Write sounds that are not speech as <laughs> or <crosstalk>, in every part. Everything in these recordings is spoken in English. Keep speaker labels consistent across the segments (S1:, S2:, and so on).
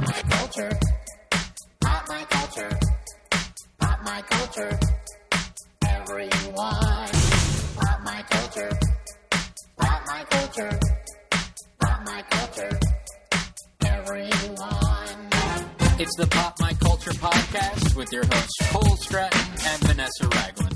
S1: culture. Pop my culture. Pop my culture. Everyone. Pop my culture. Pop my culture. Pop my culture. Everyone.
S2: It's the Pop My Culture Podcast with your hosts Cole Stratton and Vanessa Ragland.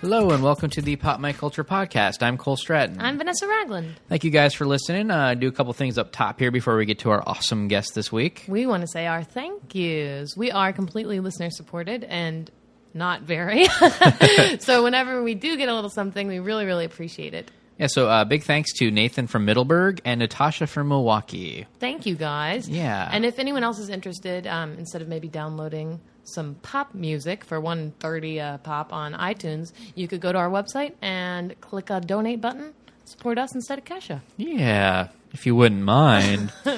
S3: Hello and welcome to the Pop My Culture podcast. I'm Cole Stratton.
S4: I'm Vanessa Ragland.
S3: Thank you guys for listening. Uh, do a couple things up top here before we get to our awesome guest this week.
S4: We want to say our thank yous. We are completely listener supported and not very. <laughs> so whenever we do get a little something, we really, really appreciate it.
S3: Yeah, so uh, big thanks to Nathan from Middleburg and Natasha from Milwaukee.
S4: Thank you guys.
S3: Yeah.
S4: And if anyone else is interested, um, instead of maybe downloading some pop music for 130 uh, pop on iTunes, you could go to our website and click a donate button. Support us instead of Kesha.
S3: Yeah, if you wouldn't
S4: <laughs>
S3: mind. uh,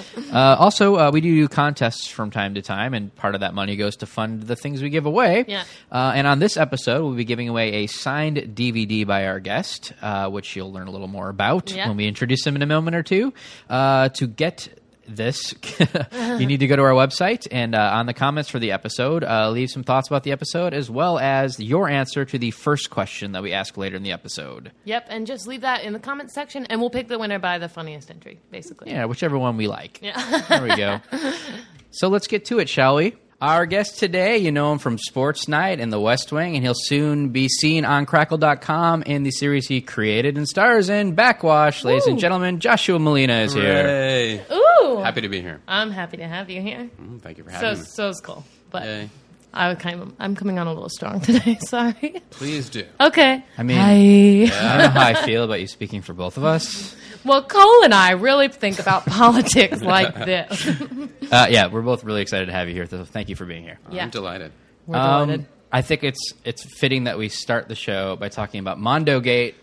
S3: also, uh, we do do contests from time to time, and part of that money goes to fund the things we give away.
S4: Yeah.
S3: Uh, and on this episode, we'll be giving away a signed DVD by our guest, uh, which you'll learn a little more about
S4: Yeah.
S3: when we introduce him in a moment or two. Uh, to get this, <laughs>
S4: Uh-huh.
S3: you need to go to our website and uh, on the comments for the episode, uh, leave some thoughts about the episode as well as your answer to the first question that we ask later in the episode.
S4: Yep, and just leave that in the comments section, and we'll pick the winner by the funniest entry, basically.
S3: Yeah, whichever one we like.
S4: Yeah.
S3: There we
S4: <laughs>
S3: go. so let's get to it, shall we? Our guest today, you know him from Sports Night and The West Wing, and he'll soon be seen on Crackle.com in the series he created and stars in Backwash. Ladies and
S4: Woo.
S3: gentlemen, Joshua Molina is here.
S5: Hey,
S4: Ooh!
S5: happy to be here.
S4: I'm happy to have you here.
S5: Mm, Thank you for
S4: So
S5: having me.
S4: so it's cool, but
S5: Yay.
S4: I would kind of I'm coming on a little strong <laughs> today. Sorry.
S5: Please do.
S4: Okay.
S3: I mean-
S4: Hi.
S3: I don't know how I feel about you speaking for both of
S4: <laughs>
S3: us.
S4: well, Cole and I really think about <laughs> politics
S5: <laughs>
S4: like this. <laughs>
S3: Uh, yeah, we're both really excited to have you here. So thank you for being here. Um,
S4: Yeah.
S5: I'm delighted.
S4: We're
S5: Um,
S4: delighted.
S3: I think it's it's fitting that we start the show by talking about Mondo Gate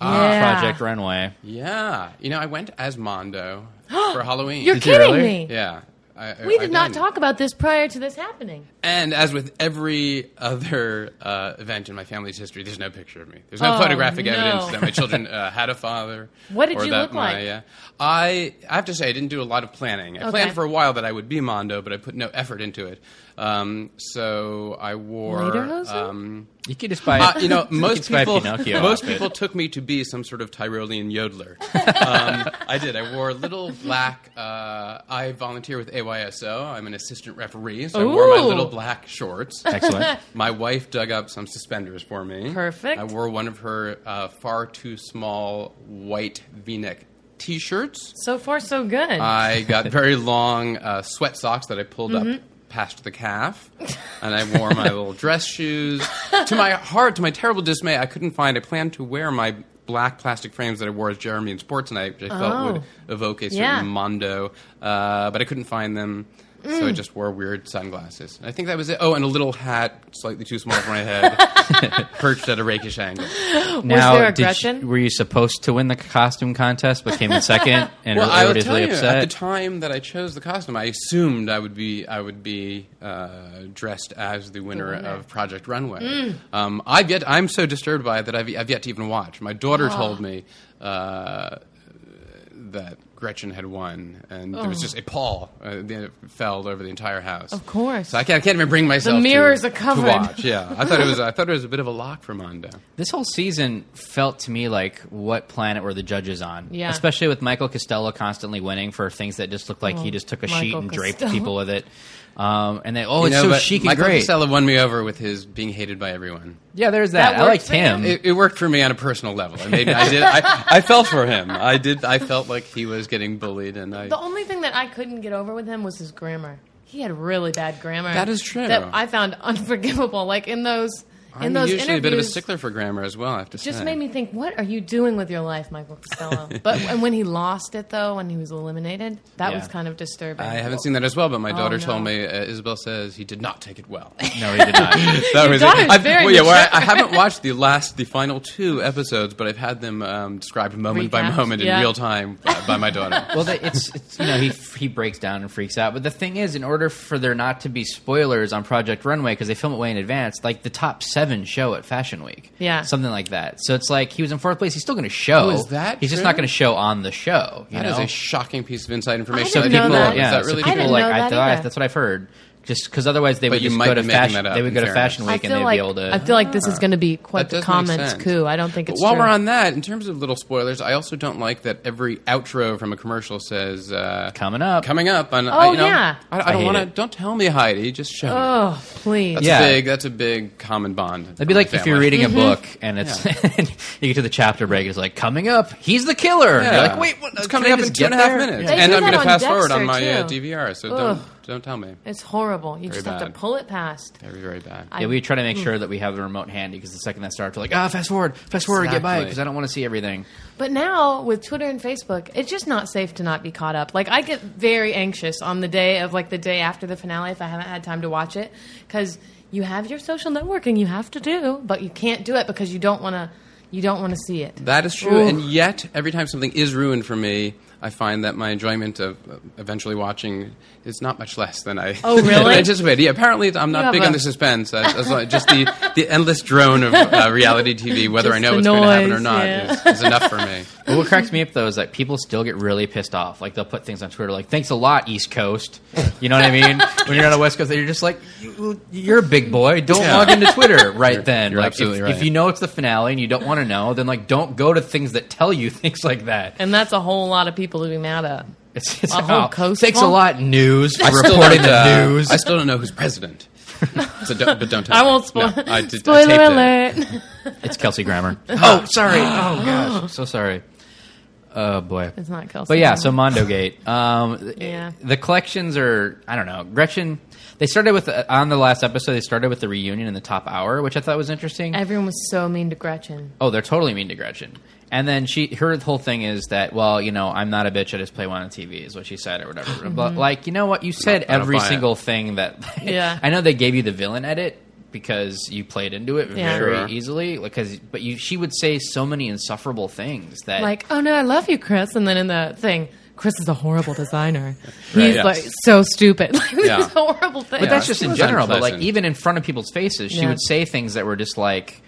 S3: uh,
S4: Yeah.
S3: Project Runway.
S5: Yeah, you know, I went
S4: <gasps>
S5: as Mondo for Halloween.
S4: You're
S3: you
S4: kidding
S3: really?
S4: me.
S5: yeah. I,
S4: We
S5: I-
S4: did
S5: I
S4: not
S5: went.
S4: talk about this prior to this happening.
S5: And as with every other uh, event in my family's history, there's no picture of me. There's no
S4: Oh,
S5: photographic
S4: no.
S5: evidence that my children uh, had a father.
S4: <laughs> What did
S5: or
S4: you
S5: that
S4: look like?
S5: my, uh, I I have to say I didn't do a lot of planning. I planned
S4: Okay.
S5: for a while that I would be Mondo, but I put no effort into it. Um, so I wore
S4: Lederhosen?
S5: um,
S3: <laughs> You could just buy,
S5: Uh, you know, most
S3: just buy a
S5: people,
S3: Pinocchio
S5: most
S3: outfit.
S5: people took me to be some sort of Tyrolean yodeler. um, I did. I wore a little black. Uh, I volunteer with AYSO. I'm an assistant referee, so I wore my
S4: Ooh.
S5: little black shorts. <laughs>
S3: excellent.
S5: My wife dug up some suspenders for me.
S4: Perfect.
S5: I wore one of her uh, far too small white V-neck T-shirts.
S4: So far, so good.
S5: I
S4: <laughs>
S5: got very long uh, sweat socks that I pulled up
S4: Mm-hmm.
S5: past the calf, and I wore my little dress shoes. To my hard, to my terrible dismay, I couldn't find. I planned to wear my black plastic frames that I wore as Jeremy in sports, and I, I felt would evoke a certain
S4: Oh. Yeah.
S5: mondo, uh, but I couldn't find them. So I
S4: Mm.
S5: just wore weird sunglasses. I think that was it. Oh, and a little hat, slightly too small for my
S4: <laughs>
S5: head, perched at a rakish angle.
S3: Now,
S4: there
S3: did you-
S4: aggression?
S3: were you supposed to win the costume contest, but came in
S5: <laughs>
S3: second, and
S5: well, I will
S3: everybody's
S5: tell
S3: really
S5: you,
S3: upset?
S5: at the time that I chose the costume, I assumed I would be I would be uh, dressed as the winner,
S4: winner. Mm.
S5: of Project Runway. Um, I've yet I'm so disturbed by it that I've, I've yet to even watch. My daughter
S4: Ah.
S5: told me uh, that Gretchen had won, and there was just a pall uh, that fell over the entire house.
S4: Oh. Of course.
S5: so I can't, I can't even bring myself.
S4: mirrors
S5: to,
S4: are covered.
S5: To watch. Yeah, I thought it was I thought it was a bit of a lock for Mondo.
S3: this whole season felt to me like what planet were the judges on?
S4: Yeah.
S3: Especially with Michael Costello constantly winning for things that just looked like he
S4: Oh,
S3: just took a sheet
S4: Michael
S3: and draped
S4: Costello.
S3: people with it. Um, and they, oh,
S5: You
S3: it's
S5: know,
S3: so
S5: but
S3: chic and
S5: Michael
S3: great.
S5: Costello won me over with his being hated by everyone.
S3: Yeah, there's that.
S4: That
S3: I
S4: works
S3: liked
S4: for him?
S3: him.
S5: It, it worked for me on a personal level. It made me, I did. I, I felt for him. I did. I felt like he was getting bullied, and I.
S4: The only thing that I couldn't get over with him was his grammar. He had really bad grammar.
S5: That is true.
S4: That I found unforgivable. Like in those in
S5: I'm
S4: those
S5: usually
S4: interviews,
S5: a bit of a stickler for grammar as well. I have to say.
S4: just made me think, what are you doing with your life, Michael
S5: <laughs>
S4: Costello? but and when he lost it though, when he was eliminated, that
S3: Yeah.
S4: was kind of disturbing.
S5: I haven't seen that as well, but my daughter
S4: Oh, no.
S5: told me. Uh, Isabel says he did not take it
S4: <laughs>
S5: well.
S3: no, he did
S5: <laughs>
S3: not.
S5: That was it.
S4: daughter's
S5: I've-
S4: very
S5: well, yeah, well, I, I
S4: mature.
S5: haven't
S4: <laughs>
S5: watched the last, the final two episodes, but I've had them um, described moment by
S4: Recapped,
S5: moment
S4: yeah.
S5: in real time uh, by, by my
S4: <laughs>
S5: daughter.
S3: Well, they, it's, it's you know he he breaks down and freaks out. But the thing is, in order for there not to be spoilers on Project Runway, because they film it way in advance, like the top seven show at Fashion Week.
S4: Yeah.
S3: something like that. So it's like he was in fourth place. He's still going to show.
S5: Oh, is that
S3: He's just
S5: true?
S3: not going to show on the show. You
S5: That
S3: know?
S5: is a shocking piece of inside information.
S4: didn't
S5: I
S4: know
S5: didn't
S4: that.
S5: Is
S3: Yeah,
S5: that
S3: so
S5: really
S4: I
S3: people
S4: didn't
S3: like
S4: know
S3: I
S4: that
S3: thought
S4: either.
S3: that's what I've heard. Just because otherwise they would
S5: you
S3: just
S5: might
S3: go to
S5: be making
S3: fashion.
S5: that up,
S3: They would
S5: in
S3: go to
S5: fairness.
S3: Fashion
S4: I
S3: Week and
S4: feel
S3: they'd
S4: like
S3: be able to.
S4: I feel like this is going to be quite
S5: That
S4: the
S5: does make
S4: comments
S5: sense.
S4: coup. I don't think
S5: But
S4: it's
S5: while
S4: true.
S5: we're on that, in terms of little spoilers, I also don't like that every outro from a commercial says uh,
S3: Coming up.
S5: Coming up on.
S4: Oh,
S5: I, you know,
S4: yeah.
S5: I, I
S3: I
S5: don't
S3: hate
S5: want to.
S3: it.
S5: Don't tell me, Heidi. Just show me.
S4: oh please,
S5: That's
S3: Yeah.
S5: a big. That's a big common bond.
S3: That'd be like if you're reading a book and it's <laughs> you get to the chapter break. It's like coming up, he's the killer. And
S5: Yeah.
S3: You're like, wait, what, uh,
S5: it's
S3: can
S5: coming
S3: I
S5: up in
S3: just
S5: two and a
S3: get
S5: half
S3: there?
S5: minutes,
S4: They
S5: and
S4: do
S5: I'm
S4: that
S5: gonna
S4: on
S5: fast forward on my
S4: Dexter,
S5: uh,
S4: too.
S5: DVR. So
S4: Ugh.
S5: don't don't tell me.
S4: it's horrible. You just have
S5: bad.
S4: to pull it past.
S5: Very very bad.
S4: I-
S3: Yeah, we try to make sure that we have the remote handy because the second that starts, we're like, ah, fast forward, fast forward, get by
S5: Exactly.
S3: because I don't want to see everything.
S4: But now with Twitter and Facebook, it's just not safe to not be caught up. Like I get very anxious on the day of like the day after the finale if I haven't had time to watch it cuz you have your social networking you have to do, but you can't do it because you don't want to you don't want to see it.
S5: That is true,
S4: Ooh.
S5: and yet every time something is ruined for me, I find that my enjoyment of uh, eventually watching is not much less than I,
S4: Oh, really?
S5: <laughs> than I anticipated. Yeah, apparently I'm
S4: You have
S5: not big on
S4: a-
S5: the suspense. I, as long- just the, the endless drone
S4: <laughs>
S5: of uh, reality TV, whether I
S4: Just
S5: know
S4: the
S5: what's going to happen or
S4: noise,
S5: not,
S4: yeah.
S5: is, is enough
S3: <laughs>
S5: for me.
S3: But what cracks me up though is that people still get really pissed off. Like they'll put things on Twitter like "Thanks a lot, East Coast." You
S5: <laughs>
S3: know what I mean? when you're on a West Coast, you're just like, "You- "You're a big boy. Don't
S5: Yeah.
S3: log into Twitter right then."
S5: you're
S3: like
S5: absolutely
S3: if,
S5: right.
S3: if you know it's the finale and you don't want to know, then like don't go to things that tell you <laughs> things like that.
S4: And that's a whole lot of people to be mad at.
S3: It's, it's
S4: A whole
S3: oh,
S4: coast
S3: Thanks a
S4: full?
S3: lot, news, for
S5: I still
S3: reporting
S5: don't,
S3: the
S5: uh,
S3: news.
S5: I still don't know who's
S4: <laughs>
S5: president. So don't, but don't tell
S4: I
S5: me.
S4: won't spoil.
S5: No,
S4: <laughs>
S5: I did- I taped
S4: Spoiler
S5: it. <laughs>
S4: alert.
S3: It's Kelsey
S4: <laughs>
S3: Grammer. oh, sorry.
S4: <gasps>
S3: Oh gosh, so sorry. Oh boy.
S4: it's not Kelsey.
S3: But yeah,
S4: Grammer.
S3: so Mondo
S4: <laughs>
S3: Gate. Um,
S4: Yeah.
S3: The collections are, I don't know. Gretchen, they started with, uh, on the last episode, they started with the reunion in the top hour, which I thought was interesting.
S4: everyone was so mean to Gretchen.
S3: oh, they're totally mean to Gretchen. And then she, her whole thing is that, well, you know, I'm not a bitch. I just play one on TV, is what she said, or whatever.
S4: <laughs>
S3: But like, you know what? You said
S5: I don't
S3: every
S5: buy it.
S3: single thing that.
S4: Mm-hmm. Yeah.
S3: <laughs> I know they gave you the villain edit because you played into it
S4: Yeah.
S3: very
S5: Sure.
S3: easily. Because, but you, she would say so many insufferable things that
S4: Like, oh no, I love you, Chris. And then in the thing, Chris is a horrible designer.
S5: <laughs> Right.
S4: He's
S5: Yes.
S4: like so stupid. <laughs> Like, this
S5: Yeah.
S4: is a horrible thing.
S3: But
S5: Yeah.
S3: that's just
S5: she
S3: in
S5: was
S3: general. But like
S5: unpleasant.
S3: even in front of people's faces, she
S4: Yeah.
S3: would say things that were just like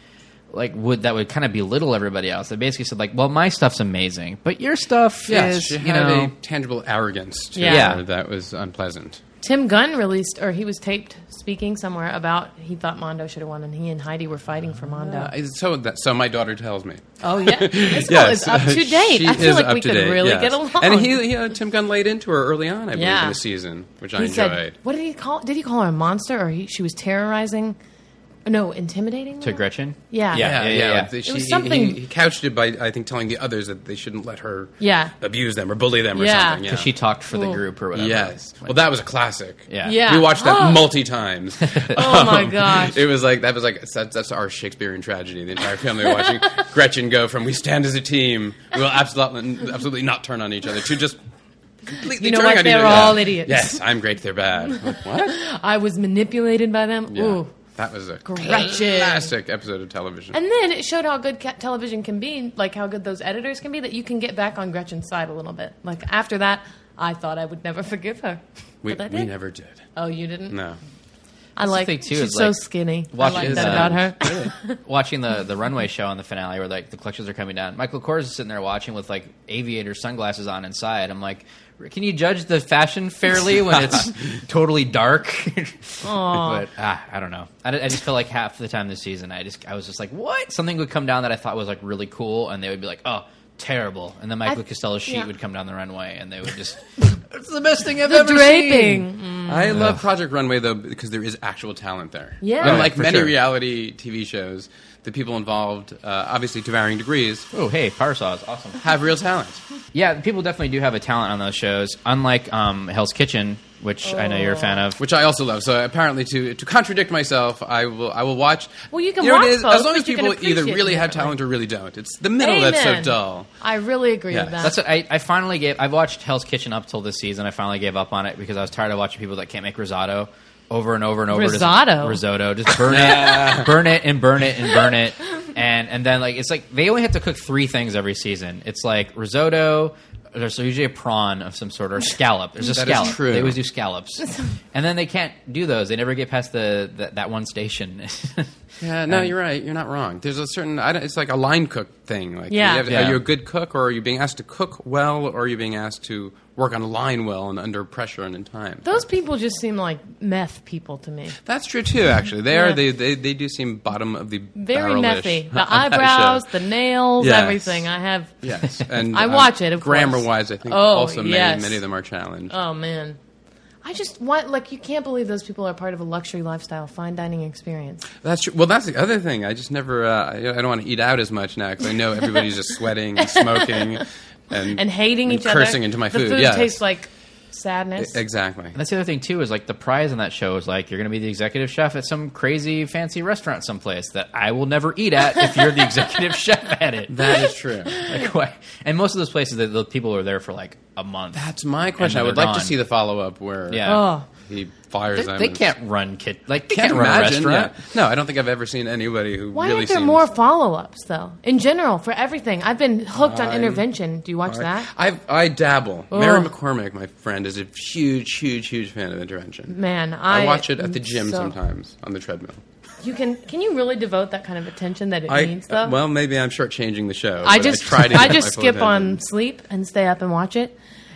S3: like would that would kind of belittle everybody else. They basically said like, "Well, my stuff's amazing, but your stuff
S5: Yes,
S3: is
S5: she had
S3: you know."
S5: a tangible arrogance to
S4: Yeah.
S5: her that was unpleasant.
S4: Tim Gunn released, or he was taped speaking somewhere about he thought Mondo should have won, and he and Heidi were fighting for Mondo.
S5: Uh, so that so my daughter tells me.
S4: oh
S5: <laughs>
S4: yeah, this girl is up to
S5: She
S4: date. I feel
S5: is
S4: like
S5: up
S4: we
S5: to
S4: could
S5: date,
S4: really
S5: yes.
S4: get along.
S5: And he, he uh, Tim Gunn laid into her early on, I believe,
S4: Yeah.
S5: in the season, which I
S4: He
S5: enjoyed.
S4: said, "What did he call? Did he call her a monster, or he, she was terrorizing? No, intimidating
S3: To
S4: her?
S3: Gretchen,
S4: Yeah.
S3: yeah, yeah, yeah.
S5: like, she-
S4: was
S5: he-
S4: something-
S5: He, he couched it by, I think, telling the others that they shouldn't let her
S4: Yeah.
S5: abuse them or bully them or
S4: Yeah.
S5: something. Yeah.
S3: She talked for the
S4: Cool.
S3: group or whatever.
S5: yes.
S3: Like,
S5: Well, that was a classic.
S3: yeah,
S4: Yeah.
S5: We
S4: <gasps>
S5: watched that multi times.
S4: <laughs>
S5: Um,
S4: Oh my gosh.
S5: It was like that was like that's, that's our Shakespearean tragedy. The entire
S4: <laughs>
S5: family watching Gretchen go from "We stand as a team, we will absolutely absolutely not turn on each other" to just completely
S4: You know
S5: turning
S4: what?
S5: on each
S4: They're
S5: other.
S4: all idiots.
S5: Yes, I'm great. They're bad. I'm
S4: <laughs>
S5: like, what?
S4: I was manipulated by them.
S5: Yeah.
S4: Ooh,
S5: That was a
S4: Gretchen.
S5: classic episode of television.
S4: And then it showed how good ca- television can be, like how good those editors can be, that you can get back on Gretchen's side a little bit. Like after that, I thought I would never forgive her.
S5: we,
S4: but I
S5: we
S4: did.
S5: never did.
S4: Oh, you didn't?
S5: No.
S4: I
S3: the
S4: like
S3: thing, too,
S4: she's
S3: is,
S4: so
S3: like,
S4: skinny. I
S3: watch
S4: like
S3: his,
S4: that
S5: uh,
S3: um,
S4: about
S5: <laughs>
S3: <laughs>
S4: her.
S3: watching the the runway show in the finale where like the collections are coming down. Michael Kors is sitting there watching with like aviator sunglasses on inside. I'm like, can you judge the fashion fairly when <laughs> it's totally dark? <laughs> but ah, I don't know. I, d- I just feel like half the time this season, I just I was just like, what? Something would come down that I thought was like really cool, and they would be like, oh. Terrible, and then Michael
S4: I-
S3: Costello's sheet
S4: yeah.
S3: would come down the runway, and they would
S4: <laughs>
S3: just—it's the best thing I've
S4: The
S3: ever seen.
S4: draping. Mm.
S5: I love Project Runway though because there is actual talent there.
S4: Yeah. Right,
S5: unlike
S3: for
S5: many
S3: sure.
S5: reality TV shows, the people involved, uh, obviously to varying degrees,
S3: Oh, hey, power saws, awesome.
S5: have real talent.
S3: Yeah, people definitely do have a talent on those shows. Unlike um, Hell's Kitchen, which I know you're a fan of.
S5: which I also love. So apparently, to to contradict myself, I will I will watch.
S4: Well, you can
S5: know what
S4: watch
S5: it is?
S4: both,
S5: as long
S4: but
S5: as
S4: you can
S5: people either
S4: appreciate
S5: really
S4: them
S5: have
S4: differently.
S5: talent or really don't. It's the middle that's so
S4: Amen.
S5: dull.
S4: I really agree
S5: Yeah.
S4: with that.
S3: That's what I, I finally gave. I've watched Hell's Kitchen up till this season. I finally gave up on it because I was tired of watching people that can't make risotto over and over and over. Just-
S4: Risotto?
S3: risotto. Just burn it, burn it, and burn it, and burn it, and and then like it's like they only have to cook three things every season. It's like risotto. There's usually a prawn of some sort or scallop. There's a
S5: That is
S3: scallop.
S5: true.
S3: They always do scallops, and then they can't do those. They never get past the, the that one station. <laughs>
S5: Yeah, no, you're right. You're not wrong. There's a certain. I don't, it's like a line cook thing. Like,
S4: Yeah.
S5: you have-
S3: Yeah.
S5: are you a good cook, or are you being asked to cook well, or are you being asked to work on a line well and under pressure and in time?
S4: Those people just seem like meth people to me.
S5: That's true too. Actually, they are.
S4: Yeah.
S5: They, they they do seem bottom of the
S4: Very
S5: barrel-ish <laughs>
S4: methy.
S5: on that
S4: The
S5: show.
S4: eyebrows, the nails,
S5: Yes.
S4: everything. I have.
S5: Yes,
S4: <laughs>
S5: and
S4: I
S5: um,
S4: watch it, of course.
S5: grammar-wise, I think
S4: Oh,
S5: also many
S4: yes.
S5: many of them are challenged.
S4: Oh man. I just want like you can't believe those people are part of a luxury lifestyle, fine dining experience.
S5: That's true. well. That's the other thing. I just never. Uh, I I don't want to eat out as much now because I know everybody's just sweating
S4: <laughs>
S5: and smoking and
S4: And hating
S5: and
S4: each
S5: cursing
S4: other.
S5: into my
S4: the
S5: food.
S4: The food
S5: yes.
S4: tastes like sadness.
S5: e-, exactly.
S3: And that's the other thing too is like the prize on that show is like you're going to be the executive chef at some crazy fancy restaurant someplace that I will never eat at if you're the executive <laughs> chef at it.
S5: That is true.
S3: Like, why- and most of those places, the, the people are there for like a month.
S5: That's my question. I
S3: And
S5: would
S3: they're
S5: like
S3: gone.
S5: to see the follow up where
S3: Yeah.
S4: Oh.
S5: he fires
S3: they,
S5: them.
S3: they
S5: and-
S3: can't run kit like they
S5: Can't
S3: can't, run a
S5: imagine,
S3: restaurant.
S5: yeah. No, I don't think I've ever seen anybody who
S4: Why
S5: really
S4: aren't there
S5: seems-
S4: more follow ups though? In general, for everything. I've been hooked on
S5: I'm-
S4: intervention. Do you watch that?
S5: I I dabble. Mary
S4: Ugh.
S5: McCormick, my friend, is a huge, huge, huge fan of intervention.
S4: Man, I,
S5: I, watch it at the
S4: am
S5: gym
S4: so-
S5: sometimes on the treadmill.
S4: You can can you really devote that kind of attention that it
S5: I
S4: needs though?
S5: uh, well, maybe I'm shortchanging the show.
S4: I
S5: but
S4: just
S5: I,
S4: <laughs>
S5: try to
S4: I
S5: get my
S4: just
S5: full
S4: skip on
S5: attention.
S4: sleep and stay up and watch it,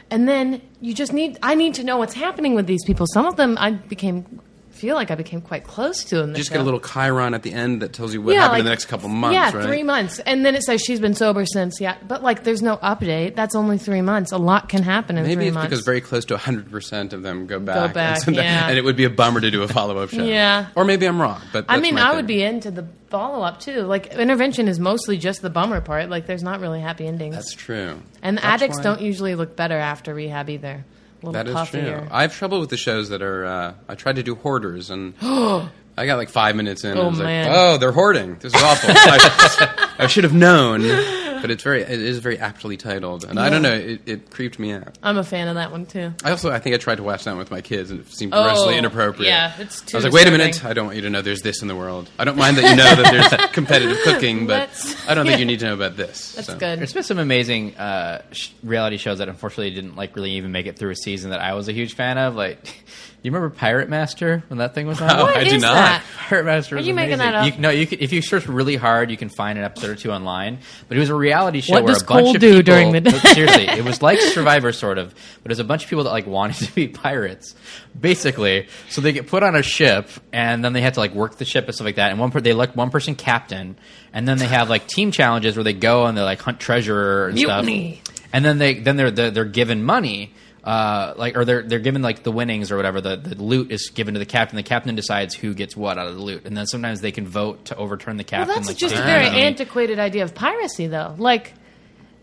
S4: and then you just need I need to know what's happening with these people. Some of them I became feel like I became quite close to in the
S5: You just
S4: show.
S5: get a little Chiron at the end that tells you what
S4: yeah,
S5: happened
S4: like,
S5: in the next couple months.
S4: Yeah,
S5: right?
S4: three months, and then it says she's been sober since. Yeah, but like there's no update. That's only three months. A lot can happen in
S5: Maybe
S4: three
S5: it's
S4: months.
S5: because very close to 100% of them go back. <laughs>
S4: back,
S5: and, so that-
S4: yeah.
S5: and it would be a bummer to do a follow up show.
S4: Yeah.
S5: Or maybe I'm wrong. But
S4: I
S5: that's
S4: mean,
S5: my
S4: I
S5: theory.
S4: would be into the follow up too. Like intervention is mostly just the bummer part. Like there's not really happy endings,
S5: That's true.
S4: and the
S5: That's
S4: addicts
S5: why-
S4: don't usually look better after rehab either. A little
S5: That is true.
S4: puffier.
S5: I have trouble with the shows that are. Uh, I tried to do
S4: <gasps>
S5: hoarders and. I got like five minutes in. and
S4: Oh,
S5: I was
S4: man.
S5: Like, oh, they're hoarding. This is awful. <laughs> I, I should have known, but it's very. It is very aptly titled, and I don't know. It, it creeped me out.
S4: I'm a fan of that one too.
S5: I also, I think I tried to watch that with my kids, and it seemed
S4: Oh,
S5: grossly inappropriate.
S4: yeah, it's too
S5: I was like, wait a
S4: disturbing.
S5: minute, I don't want you to know there's this in the world. I don't mind that you know that there's
S4: <laughs>
S5: competitive cooking, but
S4: Let's-
S5: I
S4: <laughs>
S5: don't think you need to know about this.
S4: That's
S5: So-
S4: good.
S3: There's been some amazing uh, sh- reality shows that unfortunately didn't like really even make it through a season that I was a huge fan of. Like, <laughs> you remember Pirate Master when that thing was on?
S5: Oh, I do
S4: is
S5: not.
S4: that? <laughs>
S3: Pirate Master.
S4: Are
S3: was
S4: you making
S3: amazing.
S4: that up?
S3: You, no, you could, if you search really hard, you can find an episode or two online. But it was a reality show
S4: What
S3: where
S4: does
S3: a bunch
S4: Cole
S3: of
S4: do
S3: people,
S4: during
S3: <laughs>
S4: the day?
S3: seriously, it was like Survivor, sort of. But it was a bunch of people that like wanted to be pirates, basically. So they get put on a ship, and then they had to like work the ship and stuff like that. And one per- they elect one person captain, and then they have like team challenges where they go and they like hunt treasure and
S4: Mutiny.
S3: stuff. And then they then they're they're, they're given money. Uh, like or they're they're given like the winnings or whatever the, the loot is given to the captain the captain decides who gets what out of the loot and then sometimes they can vote to overturn the
S4: Well,
S3: captain
S4: that's
S3: like,
S4: just a
S3: take
S4: very
S3: the money.
S4: antiquated idea of piracy, though. Like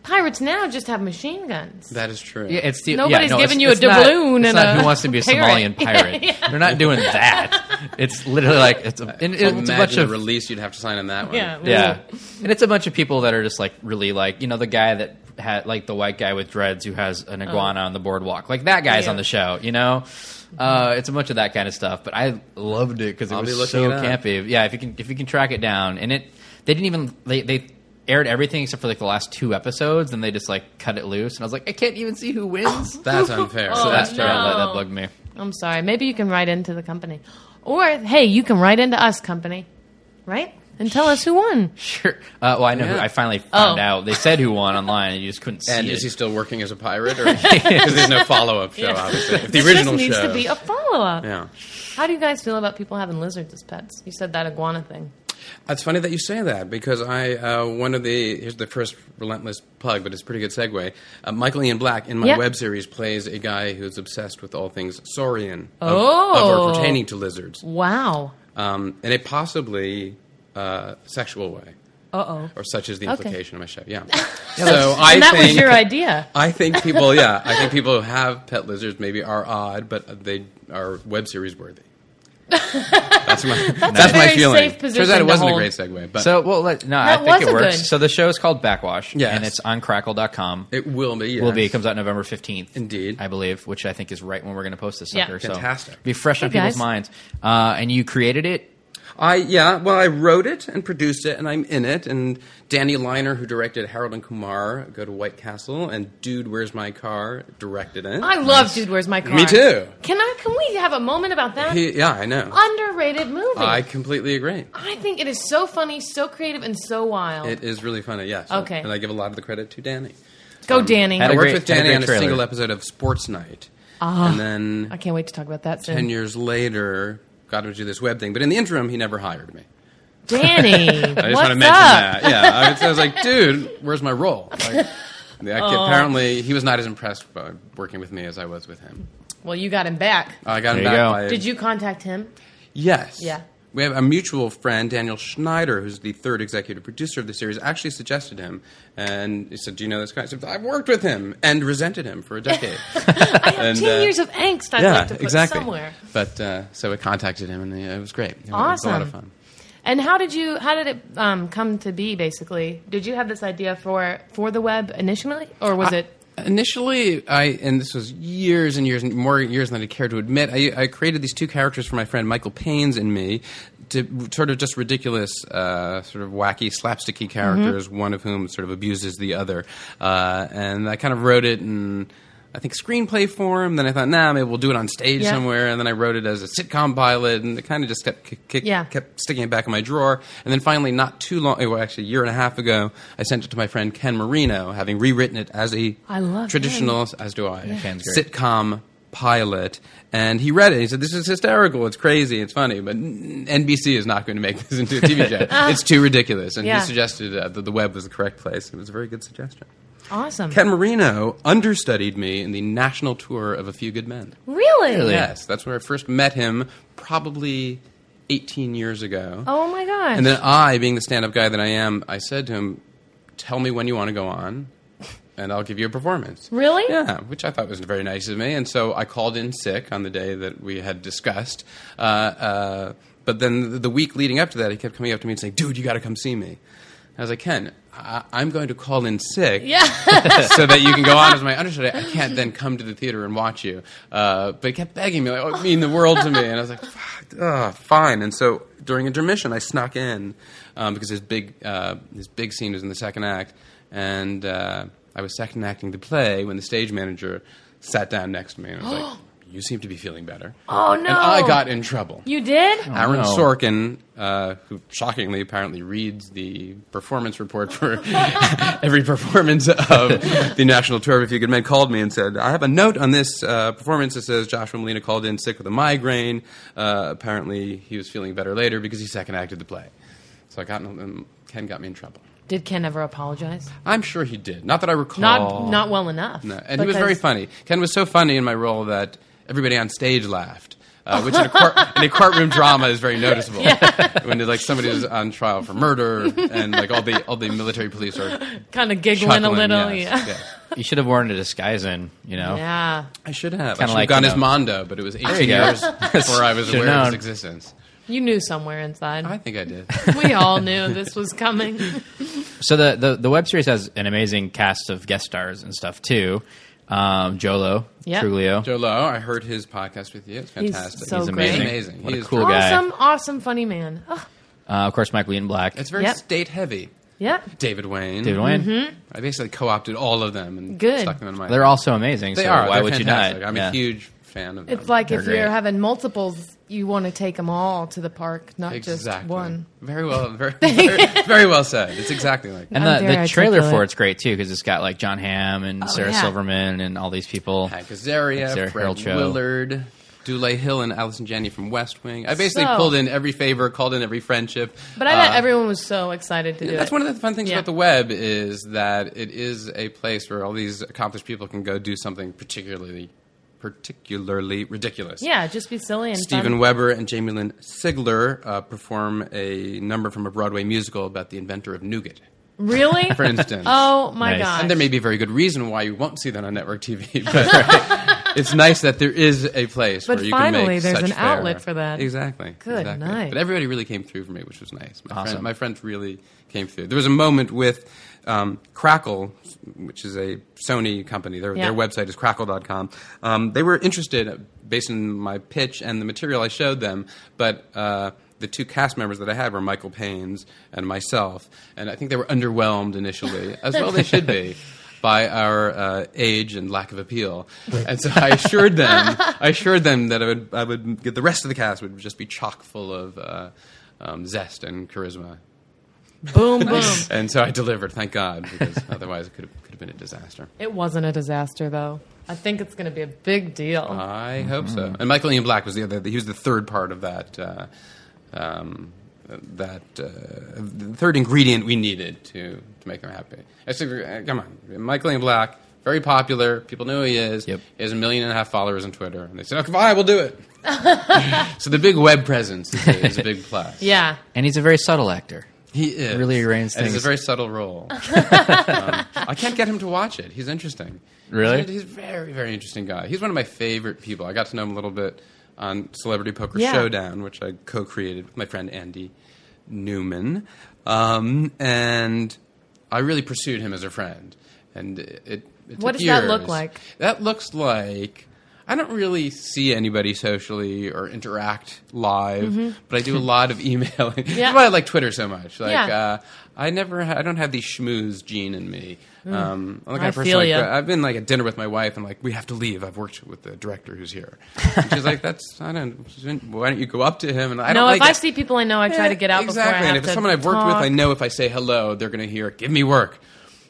S4: pirates now just have machine guns.
S5: That is true.
S3: Yeah, it's the,
S4: Nobody's
S3: yeah, no,
S4: giving
S3: it's-
S4: you a
S3: it's not-
S4: doubloon
S3: it's
S4: and
S3: not
S4: a
S3: who wants to be a
S4: parrot.
S3: Somalian
S4: <laughs>
S3: pirate.
S4: Yeah,
S3: They're not doing that. It's literally like it's a, and it's
S5: Imagine
S3: a bunch
S5: the
S3: of
S5: release you'd have to sign on that one.
S4: Yeah.
S3: yeah, and it's a bunch of people that are just like really like you know the guy that had like the white guy with dreads who has an iguana on the boardwalk like that guy's
S4: Uh-huh. Yeah.
S3: on the show you know. Uh, it's a bunch of that kind of stuff, but I loved it because it
S5: I'll be
S3: was
S5: looking
S3: so
S5: it up.
S3: campy. Yeah, if you can if you can track it down, and it they didn't even they they aired everything except for like the last two episodes, and they just like cut it loose, and I was like, I can't even see who wins.
S5: <laughs>
S4: <laughs>
S3: <laughs>
S5: That's unfair.
S4: Oh,
S5: so that's
S3: That's
S4: no.
S3: terrible. That bugged me.
S4: I'm sorry. Maybe you can write into the company, or hey, you can write into us, company, right? And tell us who won.
S3: Sure. Uh, well, I know. Who,
S5: Yeah.
S3: I finally found
S4: Oh.
S3: out. They said who won online, and you just couldn't see
S5: And
S3: it.
S5: is he still working as a
S4: <laughs>
S5: pirate? <laughs> Because there's no follow up show, obviously. If the
S4: There just
S5: original
S4: needs
S5: show.
S4: to be a follow up.
S5: yeah.
S4: How do you guys feel about people having lizards as pets? You said that iguana thing.
S5: It's funny that you say that because I uh, one of the here's the first relentless plug, but it's a pretty good segue. Uh, Michael Ian Black in my
S4: Yeah.
S5: web series plays a guy who's obsessed with all things saurian of,
S4: Oh.
S5: of or pertaining to lizards,
S4: Wow.
S5: um, in a possibly uh, sexual way,
S4: Uh oh.
S5: or such is the
S4: Okay.
S5: implication of my show.
S4: <laughs>
S5: Yeah. so I
S4: And that was
S5: think-
S4: your idea.
S5: I think people, yeah, I think people who have pet lizards maybe are odd, but they are web
S4: <laughs>
S5: series worthy. That's my that's,
S4: a
S5: my
S4: very
S5: feeling.
S4: safe
S5: Turns
S4: position
S5: out
S4: to
S5: it wasn't
S4: hold.
S5: a great segue, but
S3: so well, let, no, I
S4: That
S3: think
S4: was
S3: it
S4: a
S3: works.
S4: good-
S3: So the show is called Backwash,
S5: Yes.
S3: and it's on Crackle.com.
S5: it will be. Yes.
S3: Will be it comes out November fifteenth.
S5: Indeed.
S3: I believe, which I think is right when we're going to post this
S4: Yeah.
S3: sucker. So
S5: Fantastic.
S3: be fresh
S4: Hey,
S3: on people's
S4: guys.
S3: minds. Uh, and you created it
S5: I yeah. Well, I wrote it and produced it, and I'm in it. And Danny Liner, who directed Harold and Kumar Go to White Castle, and Dude, Where's My Car, directed it.
S4: I love Dude, Where's My Car?
S5: Me too.
S4: Can I? Can we have a moment about that?
S5: He- yeah, I know.
S4: Underrated movie.
S5: I
S4: I,
S5: completely agree.
S4: think it is so funny, so creative, and so wild.
S5: It is really funny. Yes.
S4: Okay.
S5: And I give a lot of the credit to Danny. um,
S4: Go, Danny.
S3: Had
S5: I
S3: a
S5: worked
S3: great-
S5: with
S3: had a
S5: Danny
S3: great
S5: on a
S3: trailer.
S5: single episode of Sports Night,
S4: Ah.
S5: and then
S4: I can't wait to talk about that soon.
S5: ten years <laughs> later, got him to do this web thing. But in the interim, he never hired me.
S4: Danny,
S5: I just
S4: what's
S5: want to mention
S4: up?
S5: that. Yeah, I was, I was like, dude, where's my role?
S4: <laughs>
S5: Like, yeah,
S4: Oh.
S5: Apparently, he was not as impressed by working with me as I was with him.
S4: Well, you got him back.
S5: I got him
S3: There you
S5: back.
S3: go.
S5: By,
S4: Did you contact him?
S5: Yes.
S4: Yeah.
S5: We have a mutual friend, Daniel Schneider, who's the third executive producer of the series, actually suggested him. And he said, Do you know this guy? I said, I've worked with him and resented him for
S4: <laughs>
S5: a decade.
S4: I have
S5: And,
S4: ten
S5: uh,
S4: years of angst. I'd like
S5: yeah,
S4: to put
S5: exactly.
S4: somewhere.
S5: But uh, so I contacted him, and uh, it was great. It was a lot of
S4: Awesome.
S5: fun.
S4: And how did you? How did it um, come to be? Basically, did you have this idea for for the web initially, or was it?
S5: Initially, I and this was years and years and more years than I care to admit. I, I created these two characters for my friend Michael Paynes and me, to sort of just ridiculous, uh, sort of wacky, slapsticky characters.
S4: Mm-hmm.
S5: One of whom sort of abuses the other, uh, and I kind of wrote it in I think screenplay form. Then I thought, nah, maybe we'll do it on stage
S4: Yeah.
S5: somewhere. And then I wrote it as a sitcom pilot, and it kind of just kept kick, kick,
S4: Yeah.
S5: kept sticking it back in my drawer. And then finally, not too long, well, actually, a year and a half ago, I sent it to my friend Ken Marino, having rewritten it as a
S4: I love
S5: traditional, as do I,
S3: Ken's great.
S5: sitcom pilot. And he read it. He said, "This is hysterical. It's crazy. It's funny." But n- NBC is not going to make <laughs> this into a TV show. it's too ridiculous. And
S4: Uh. Yeah.
S5: he suggested uh, that the web was the correct place. It was a very good suggestion.
S4: Awesome.
S5: Ken Marino understudied me in the national tour of A Few Good Men.
S4: really?
S3: Really? Yeah.
S5: Yes, that's where I first met him, probably 18 years ago.
S4: Oh my gosh.
S5: And then I, being the stand up guy that I am, I said to him, Tell me when you want to go on, and I'll give you a performance.
S4: Really?
S5: Yeah, which I thought was very nice of me. And so I called in sick on the day that we had discussed. Uh, uh, but then the- the week leading up to that, he kept coming up to me and saying, Dude, you got to come see me. I was like, Ken, I- I'm going to call in sick
S4: yeah.
S5: <laughs> so that you can go on as my understudy. I can't then come to the theater and watch you. Uh, but he kept begging me, like, oh, it mean the world to me. And I was like, Fuck, uh, fine. And so during intermission, I snuck in um, because his big, uh, his big scene was in the second act. And uh, I was second acting the play when the stage manager sat down next to me and was
S4: <gasps>
S5: like, You seem to be feeling better.
S4: Oh,
S5: And
S4: no.
S5: I got in trouble.
S4: you did?
S5: Aaron
S3: no.
S5: Sorkin, uh, who shockingly apparently reads the performance report for <laughs> every performance of the National Tour of If You Could Men, called me and said, I have a note on this uh, performance that says Joshua Molina called in sick with a migraine. Uh, apparently, he was feeling better later because he second acted the play. So I got in, um, Ken got me in trouble.
S4: Did Ken ever apologize?
S5: I'm sure he did. Not that I recall.
S4: Not not well enough.
S5: Oh. No, and he was
S4: Because-
S5: very funny. Ken was so funny in my role that everybody on stage laughed, uh, which in a, court, in a courtroom drama is very noticeable. <laughs> When like somebody is on trial for murder, and like all the all the military police are
S4: Kind of giggling
S5: chuckling.
S4: a little.
S5: yes,
S4: yeah.
S5: yes.
S3: You should have worn a disguise in, you know?
S4: Yeah.
S5: I should have. I
S3: Kinda
S5: should
S3: like,
S5: have gone
S3: you
S5: as
S3: know-
S5: Mondo, but it was 18
S3: you go.
S4: <laughs>
S5: years before I was
S3: Should've
S5: aware of
S3: known.
S5: its existence.
S4: You knew somewhere inside.
S5: I think I did.
S4: <laughs> we all knew this was coming.
S3: So the, the the web series has an amazing cast of guest stars and stuff too. Um, Jolo,
S4: Yeah.
S3: Truglio,
S5: <laughs> Joe Lowe, I heard his podcast with you. It's
S4: He's
S5: fantastic.
S4: so
S3: He's
S4: great.
S3: amazing.
S5: amazing.
S3: What
S5: He
S3: a
S5: is
S3: cool
S5: great.
S3: guy.
S4: Awesome, awesome, funny man. Oh,
S3: Uh, of course, Michael Ian Black,
S5: It's very
S4: Yep.
S5: state heavy.
S4: yeah.
S5: David Wayne.
S3: David Wayne.
S4: Mm-hmm.
S5: I basically co-opted all of them and
S4: Good.
S5: stuck them in my.
S3: They're also amazing.
S5: They
S3: so
S5: are.
S3: Why
S5: They're
S3: would
S5: fantastic.
S3: you not?
S5: I'm
S3: Yeah.
S5: a huge fan of them.
S4: It's like
S3: They're
S4: if
S3: great.
S4: you're having multiples, you want to take them all to the park, not
S5: exactly
S4: just one. <laughs>
S5: Very well. Very, very, very well said. It's exactly like that.
S3: And
S4: I'm
S3: the,
S4: very
S3: the trailer for
S4: articulate. Oh,
S3: it's great too because it's got like John Hamm and Sarah
S4: yeah.
S3: Silverman and all these people.
S5: Hank Azaria,
S3: Sarah
S5: Fred
S3: Harold Cho.
S5: Willard, Dule Hill, and Allison Janney from West Wing. I basically
S4: So-
S5: pulled in every favor, called in every friendship.
S4: But I bet
S5: Uh,
S4: everyone was so excited to do
S5: That's
S4: it.
S5: one of the fun things
S4: Yeah.
S5: about the web is that it is a place where all these accomplished people can go do something particularly, particularly ridiculous.
S4: yeah, just be silly and
S5: Stephen
S4: fun.
S5: Weber and Jamie Lynn Sigler uh, perform a number from a Broadway musical about the inventor of nougat,
S4: Really?
S5: for instance.
S4: <laughs> Oh my
S3: Nice.
S4: god!
S5: And there may be a very good reason why you won't see that on network <laughs> TV, but it's nice that there is a place
S4: But
S5: where you can
S4: finally,
S5: make
S4: there's
S5: such
S4: an
S5: fare.
S4: outlet for that.
S5: Exactly.
S4: Good
S5: exactly.
S4: night.
S5: But everybody really came through for me, which was nice. My,
S3: Awesome.
S5: friend, my friends really came through. There was a moment with um, Crackle, which is a Sony company. Their,
S4: Yeah.
S5: their website is crackle.com. Um, they were interested, based on my pitch and the material I showed them, but. Uh, the two cast members that I had were Michael Payne's and myself, and I think they were underwhelmed initially, as well they should be. By our uh, age and lack of appeal, and so I assured them, I assured them that I would, I would get the rest of the cast would just be chock full of uh, um, zest and charisma,
S4: Boom, boom.
S5: and so I delivered. Thank God, because otherwise it could have, could have been a disaster.
S4: It wasn't a disaster, though. I think it's going to be a big deal.
S5: I hope so. And Michael Ian Black was the other. He was the third part of that. Uh, um, that uh, the third ingredient we needed to to make them happy. I said, uh, come on, Michael Ian Black, very popular. People know who he is.
S3: Yep.
S5: He has a million and a half followers on Twitter, and they said, "Okay, fine, we'll do it." <laughs> so the big web presence is a, is a big plus.
S4: yeah.
S3: and he's a very subtle actor.
S5: He is
S3: Really arranged
S5: And
S3: things.
S5: It's a very subtle
S4: <laughs>
S5: role. um, I can't get him to watch it. He's interesting.
S3: Really?
S5: he's, he's a very very interesting guy. He's one of my favorite people. I got to know him a little bit on Celebrity Poker
S4: Yeah.
S5: Showdown, which I co-created with my friend Andy Newman, um, and I really pursued him as a friend. And it, it took
S4: What does that
S5: years.
S4: look like?
S5: That looks like I don't really see anybody socially or interact live, but I do a lot of <laughs> emailing.
S4: Mm-hmm. Yeah.
S5: That's why I like Twitter so much. Like
S4: Yeah.
S5: uh, I never, ha- I don't have the schmooze gene in me. Um, I'm the kind
S4: Hmm. I
S5: of person,
S4: feel
S5: like,
S4: ya.
S5: uh, I've been like at dinner with my wife, and like we have to leave. I've worked with the director who's here. And she's like, "That's I don't. Why don't you go up to him?" And I
S4: no,
S5: don't
S4: if
S5: like
S4: I
S5: it.
S4: see people I know, I try to get out
S5: exactly.
S4: before I have
S5: and if it's
S4: to
S5: someone I've worked with,
S4: talk.
S5: I know if I say hello, they're going to hear, "Give me work."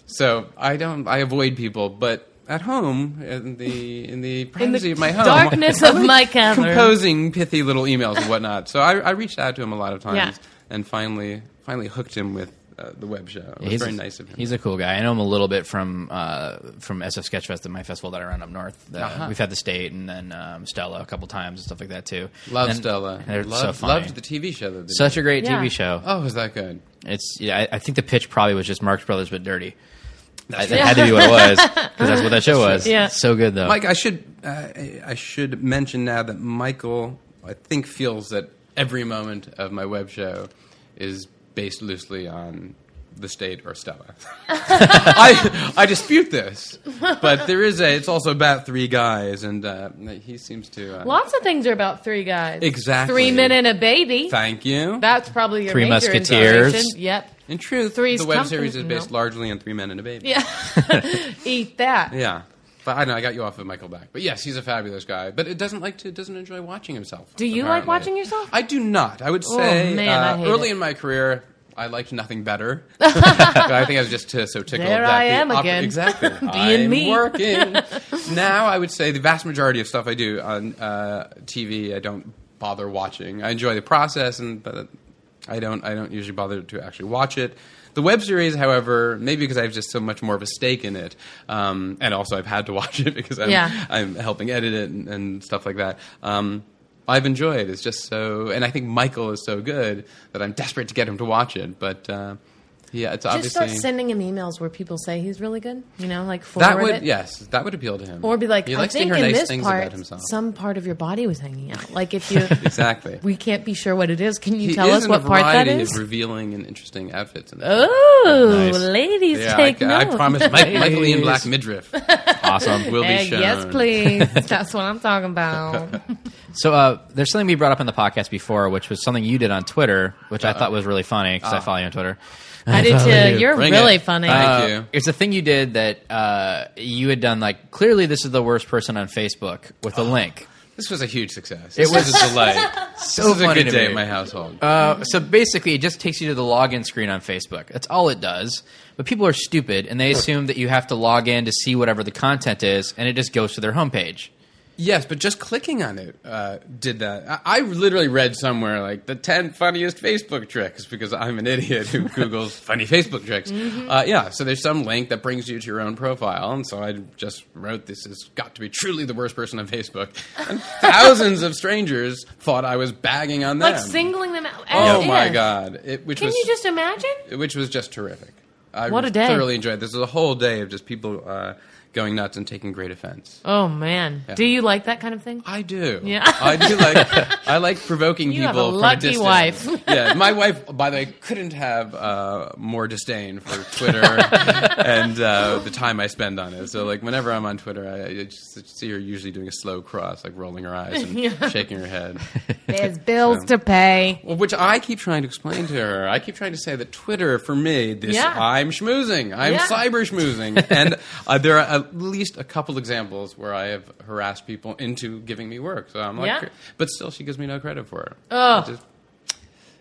S5: So I don't. I avoid people, but at home, in the in the privacy of my home,
S4: darkness of
S5: <laughs>
S4: my cavern.
S5: composing pithy little emails and whatnot. So I, I reached out to him a lot of times,
S4: Yeah.
S5: and finally finally hooked him with uh, the web show. It was very nice of him.
S3: He's a cool guy. I know him a little bit from uh, from SF Sketchfest, my festival that I run up north. Uh,
S5: Uh-huh.
S3: We've had the state and then um, Stella a couple times and stuff like that too.
S5: loved
S3: And-
S5: Stella.
S3: and They're
S5: loved,
S3: so funny.
S5: loved the TV show that they
S3: Such a great
S4: Yeah.
S3: TV show.
S5: did. Oh, was that good?
S3: It's yeah, I, I think the pitch probably was just Marx Brothers but dirty. I, that had to be what it
S5: <laughs>
S3: was because that's what that show was.
S4: Yeah.
S3: It's so good though.
S5: Mike, I should uh, I should mention now that Michael, I think, feels that every moment of my web show is based loosely on the state or Stella. <laughs> I I dispute this, but there is a. It's also about three guys, and uh, he seems to. Uh,
S4: Lots of things are about three guys.
S5: Exactly.
S4: Three men and a baby.
S5: Thank you.
S4: That's probably your
S3: Three
S4: major
S3: Musketeers.
S4: inspiration. Yep.
S5: In truth,
S4: Three's
S5: the web
S4: Company-
S5: series is based
S4: no.
S5: largely on three men and a baby.
S4: Yeah. <laughs> Eat that.
S5: Yeah. But I know I got you off of Michael back. But yes, he's a fabulous guy. But it doesn't like to doesn't enjoy watching himself.
S4: Do you like watching yourself? Oh,
S5: I do not. I would say
S4: man, I
S5: uh,
S4: hate
S5: early
S4: it.
S5: in my career I liked
S4: <laughs>
S5: nothing better. I think I was just uh, so tickled
S4: There
S5: that
S4: I
S5: the
S4: am
S5: oppor-
S4: again.
S5: Exactly.
S4: <laughs> Being
S5: I'm
S4: me.
S5: working. now I would say the vast majority of stuff I do on uh, TV I don't bother watching. I enjoy the process and but I don't I don't usually bother to actually watch it. The web series, however, maybe because I have just so much more of a stake in it, um, and also I've had to <laughs> watch it because I'm,
S4: Yeah.
S5: I'm helping edit it and, and stuff like that. Um, I've enjoyed. It's just so, and I think Michael is so good that I'm desperate to get him to watch it. But uh, yeah, it's
S4: Just
S5: obviously
S4: start sending him emails where people say he's really good. You know, like forward
S5: that would
S4: it.
S5: yes, that would appeal to him.
S4: Or be like,
S5: he
S4: I
S5: likes
S4: think
S5: to hear
S4: in
S5: nice
S4: this
S5: things
S4: part,
S5: about himself.
S4: some part of your body was hanging out. Like
S5: <laughs>
S4: if you,
S5: exactly.
S4: we can't be sure what it is. Can you
S5: he
S4: tell
S5: is
S4: us
S5: in
S4: what
S5: a
S4: part that
S5: variety
S4: is?
S5: of revealing and interesting outfits. In that.
S4: <laughs> Oh,
S3: Nice.
S4: ladies,
S5: yeah,
S4: take
S5: I,
S4: note.
S5: I
S4: <laughs>
S5: promise. Mike, Michael
S3: Ladies.
S5: Ian
S3: <laughs>
S5: Black midriff <laughs>
S3: awesome.
S5: will
S4: Eh,
S5: be shown.
S4: yes,
S5: <laughs>
S4: please. That's what I'm talking about.
S3: So uh, there's something we brought up on the podcast before, which was something you did on Twitter, which
S5: Uh,
S3: I thought was really funny because I follow you on Twitter.
S4: I did too. You're
S5: Bring
S4: really
S5: it.
S4: funny.
S5: oh. Thank
S3: Uh,
S5: you.
S3: It's a thing you did that uh, you had done. Like clearly, this is the worst person on Facebook with a
S5: Oh.
S3: link.
S5: This was a huge success.
S3: It
S5: It was
S3: was-
S5: a delight.
S3: <laughs> So
S5: this is a
S3: funny to
S5: good day
S3: me.
S5: at my household.
S3: Uh, so basically, it just takes you to the login screen on Facebook. That's all it does. But people are stupid, and they assume that you have to log in to see whatever the content is, and it just goes to their
S5: <laughs>
S3: homepage.
S5: Yes, but just clicking on it uh, did that. I, I literally read somewhere like the 10 funniest Facebook tricks because I'm an
S4: <laughs>
S5: idiot who Googles funny Facebook tricks.
S4: Mm-hmm.
S5: Uh, yeah, so there's some link that brings you to your own profile. And so I just wrote, This has got to be truly the worst person on Facebook. And thousands of strangers thought I was bagging on them.
S4: like singling them out.
S5: oh
S4: as
S5: my
S4: is.
S5: God. It, which
S4: Can
S5: was,
S4: you just imagine?
S5: which was just terrific. I
S4: What a day.
S5: thoroughly enjoyed. This was a whole day of just people uh, going nuts and taking great offense.
S4: Oh man, do you like that kind of thing?
S5: I do.
S4: Yeah.
S5: I do like
S4: <laughs>
S5: I like provoking
S4: You
S5: people
S4: have a
S5: from
S4: lucky
S5: distance.
S4: wife.
S5: <laughs> yeah, my wife, by the way, couldn't have uh, more disdain for
S4: <laughs>
S5: Twitter and uh, the time I spend on it. So, like, whenever I'm on Twitter, I, I just see her usually doing a slow cross, like rolling her eyes
S4: <laughs>
S5: and
S4: Yeah.
S5: shaking her head.
S4: There's bills to
S5: So-
S4: pay.
S5: Well, which I keep trying to explain to her. I keep trying to say that Twitter, for me, this
S4: Yeah.
S5: I'm schmoozing. I'm
S4: Yeah.
S5: cyber
S4: <laughs>
S5: schmoozing. and uh, there are at least a couple examples where I have harassed people into giving me work. So I'm like,
S4: Yeah. Oh.
S5: but still, she gives me no credit for it.
S4: Ugh.
S5: I just-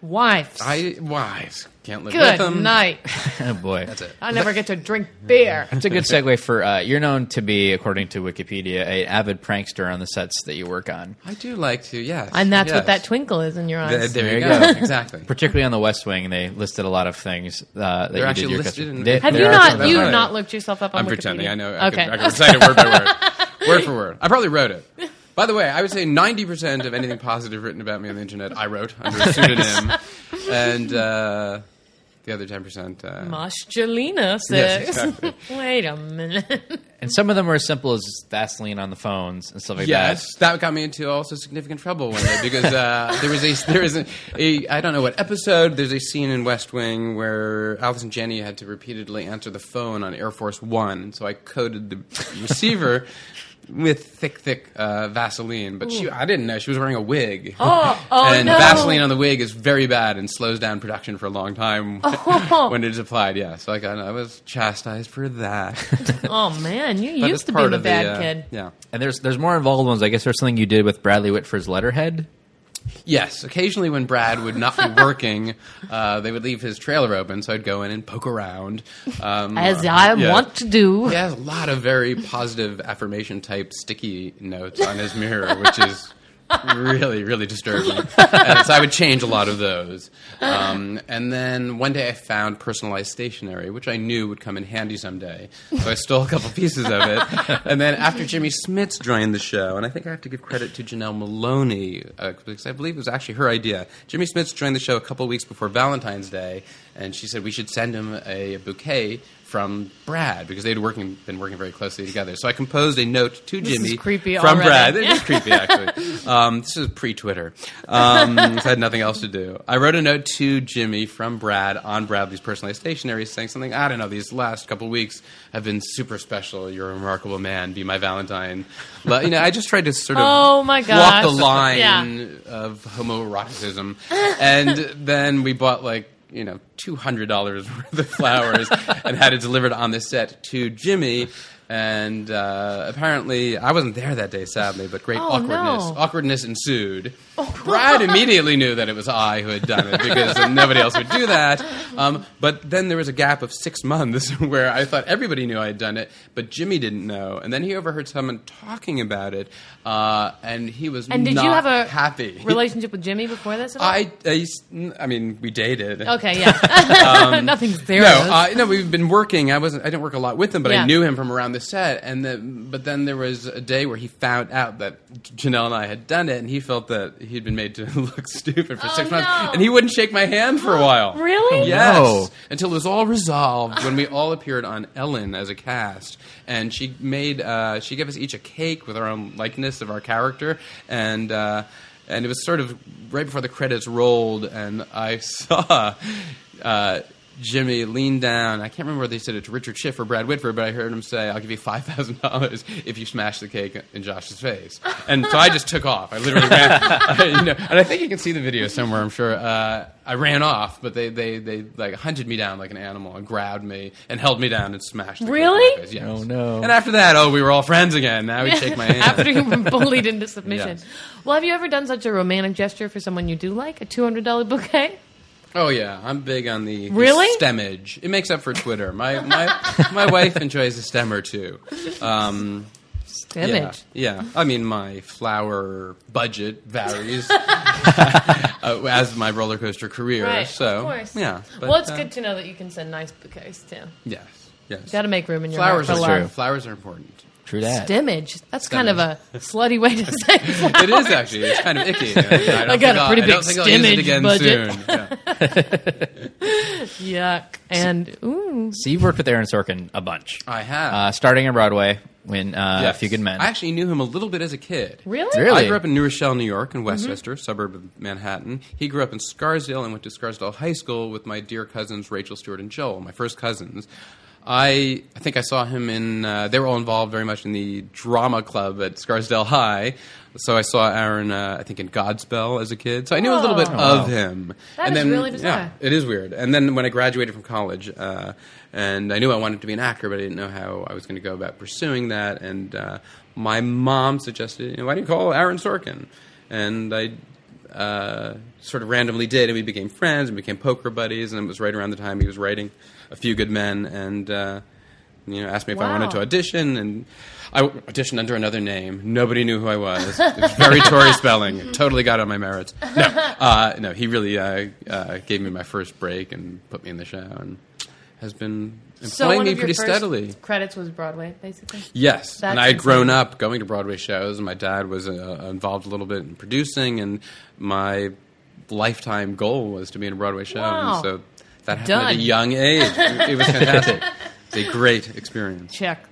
S4: Wives.
S5: I why can't live with
S4: Good
S5: them.
S4: night.
S3: Oh boy,
S5: That's it.
S4: I never get to drink beer.
S3: It's a good segue for uh, you're known to be, according to Wikipedia, an avid prankster on the sets that you work on,
S5: I do like to, yes.
S4: And that's what that
S5: yes.
S4: twinkle is in your
S5: Th-
S4: eyes.
S5: there, you
S3: There
S5: go.
S3: you
S4: <laughs>
S5: exactly.
S3: particularly on The West Wing. They listed a lot of things uh, that you
S5: actually
S3: did. Your
S5: listed
S3: custom-
S5: in-
S3: They-
S4: Have
S3: there
S4: you
S3: are
S4: not?
S3: some-
S5: that's
S4: You
S5: right.
S4: have not looked yourself up on
S5: I'm
S4: Wikipedia?
S5: pretending. I know. I
S4: okay.
S5: Could, I could recite it word by
S4: <laughs>
S5: word, word for word. I probably wrote it. By the way, I would say 90% of anything positive written about me on the internet, I wrote under
S4: <laughs>
S5: a pseudonym, and uh, the other 10%. Uh,
S4: Masculina
S5: Yes,
S4: says.
S5: exactly.
S4: <laughs> Wait a
S5: <laughs>
S4: minute.
S3: and some of them were as simple as Vaseline on the phones and stuff like
S5: Yes,
S3: that.
S5: that got me into also significant trouble one day because uh, <laughs> there was a there is a, a I don't know what episode. There's a scene in West Wing where Alice and Jenny had to repeatedly answer the phone on Air Force One, and so I coated the receiver <laughs> with thick, thick uh, Vaseline. But she, I didn't know she was wearing a wig.
S4: Oh, oh
S5: and
S4: no.
S5: Vaseline on the wig is very bad and slows down production for a long time <laughs>
S4: Oh.
S5: <laughs> when it's applied. Yeah, so I, got, I was chastised for that.
S4: <laughs> Oh man, you
S5: But it's
S4: used to be
S5: part
S4: the
S5: of
S4: bad
S5: uh,
S4: kid.
S5: Yeah.
S3: And there's there's more involved ones. I guess there's something you did with Bradley Whitford's letterhead.
S5: Yes, occasionally when Brad would
S4: <laughs>
S5: not be working, uh, they would leave his trailer open, so I'd go in and poke around. Um,
S4: As I
S5: yeah.
S4: want to do. <laughs>
S5: He has a lot of very positive affirmation type sticky notes on his mirror, which is really, really disturbing. and so I would change a lot of those. Um, and then one day I found personalized stationery, which I knew would come in handy someday. So I stole a couple pieces of it. And then after Jimmy Smits joined the show, and I think I have to give credit to Janelle Maloney, uh, because I believe it was actually her idea. Jimmy Smits joined the show a couple weeks before Valentine's Day, and she said we should send him a bouquet from Brad because they'd working been working very closely together. So I composed a note to
S4: This is
S5: Jimmy
S4: creepy
S5: from
S4: already.
S5: Brad.
S4: <laughs>
S5: It is creepy actually. Um, this is pre Twitter. Um, so I had nothing else to do. I wrote a note to Jimmy from Brad on Bradley's personalized stationery saying something. I don't know. These last couple weeks have been super special. You're a remarkable man. Be my Valentine. Lo- You know, I just tried to sort of
S4: Oh, my
S5: walk the
S4: gosh.
S5: line
S4: Yeah.
S5: of homoeroticism. and then we bought like, you know, $200 worth of flowers and had it delivered on the set to Jimmy. And uh, apparently, I wasn't there that day, sadly, but great
S4: Oh,
S5: awkwardness.
S4: no. Oh.
S5: Awkwardness ensued. Brad immediately knew that it was I who had done it because nobody else would do that. Um, but then there was a gap of six months <laughs> where I thought everybody knew I had done it, but Jimmy didn't know. And then he overheard someone talking about it, uh, and he was
S4: And did
S5: not
S4: you have a
S5: happy
S4: relationship with Jimmy before this? At all?
S5: I, I, used- I mean, we dated. <laughs>
S4: okay, yeah. <laughs> Nothing's there.
S5: Um, No, uh, no, we've been working. I wasn't. I didn't work a lot with him, but I
S4: Yeah.
S5: knew him from around the set. And the, but then there was a day where he found out that Janelle and I had done it, and he felt that he'd been made to <laughs> look stupid for
S4: Oh,
S5: six months,
S4: no.
S5: and he wouldn't shake my hand for a while.
S4: really?
S5: Yes.
S3: No.
S5: Until it was all resolved when we all appeared on Ellen as a cast, and she made uh, she gave us each a cake with our own likeness of our character, and. Uh, and it was sort of right before the credits rolled, and I <laughs> saw uh, Jimmy lean down. I can't remember whether he said it to Richard Schiff or Brad Whitford, but I heard him say, "I'll give you five thousand dollars if you smash the cake in Josh's face." And so I just took off. I literally ran. <laughs> I, you know, and I think you can see the video somewhere. I'm sure. Uh, I ran off, but they, they, they like hunted me down like an animal and grabbed me and held me down and smashed. The cake in
S4: Really?
S5: my face. Yes.
S3: Oh, no.
S5: And after that, oh, we were all friends again. Now we
S4: <laughs>
S5: shake my hand.
S4: After you were bullied into submission.
S5: Yes.
S4: Well, have you ever done such a romantic gesture for someone you do like? A two hundred dollar bouquet?
S5: Oh yeah, I'm big on the, the
S4: Really?
S5: stemmage. It makes up for Twitter. My my my wife enjoys a stem or two. Um,
S4: Stimage.
S5: Yeah, yeah. I mean, my flower budget
S4: <laughs>
S5: varies uh, as my roller coaster career.
S4: Right.
S5: so
S4: of course.
S5: yeah. but,
S4: well, it's
S5: uh,
S4: good to know that you can send nice bouquets too.
S5: Yes. Yes.
S4: Got to make room in your
S5: flowers
S4: heart
S5: are
S4: for love.
S5: Flowers are important.
S3: True that.
S4: Stimmage. That's kind of a slutty
S5: <laughs>
S4: way to say flower.
S5: It is actually. It's kind of icky. I, don't
S4: I got a
S5: think I'll-
S4: pretty
S5: I don't
S4: big
S5: think I'll use
S4: stimmage
S5: it again
S4: budget.
S5: soon. Yeah.
S4: Yuck. And ooh,
S3: So you've worked with Aaron Sorkin a bunch.
S5: I have.
S3: Uh, starting in Broadway when uh,
S5: Yes.
S3: A Few Good Men.
S5: I actually knew him a little bit as a kid.
S4: really? Mm-hmm.
S3: Really?
S5: I grew up in New Rochelle, New York, in Westchester, suburb of Manhattan. He grew up in Scarsdale and went to Scarsdale High School with my dear cousins Rachel Stewart and Joel, my first cousins. I, I think I saw him in. Uh, they were all involved very much in the drama club at Scarsdale High, so I saw Aaron. Uh, I think in Godspell as a kid, so I knew a little bit
S4: Oh.
S5: of him.
S4: That
S5: and
S4: is
S5: then,
S4: really bizarre.
S5: yeah, it is weird. And then when I graduated from college, uh, and I knew I wanted to be an actor, but I didn't know how I was going to go about pursuing that. And uh, my mom suggested, you know, why do you call Aaron Sorkin? And I uh, sort of randomly did, and we became friends and became poker buddies. And it was right around the time he was writing A Few Good Men, and uh, you know, asked me if I wanted
S4: Wow.
S5: to audition, and I auditioned under another name. Nobody knew who I was. It was
S4: <laughs>
S5: very Tory spelling. It totally got on my merits. No, uh, no, he really uh, uh, gave me my first break and put me in the show, and has been employing
S4: So one
S5: me
S4: of your
S5: pretty
S4: first
S5: steadily.
S4: Credits was Broadway, basically.
S5: Yes, and
S4: That's
S5: I had grown
S4: insane.
S5: up going to Broadway shows, and my dad was uh, involved a little bit in producing, and my lifetime goal was to be in a Broadway show,
S4: Wow.
S5: and so that happened at
S4: Done.
S5: a young age.
S4: <laughs>
S5: it was fantastic. It's a great experience.
S4: Check.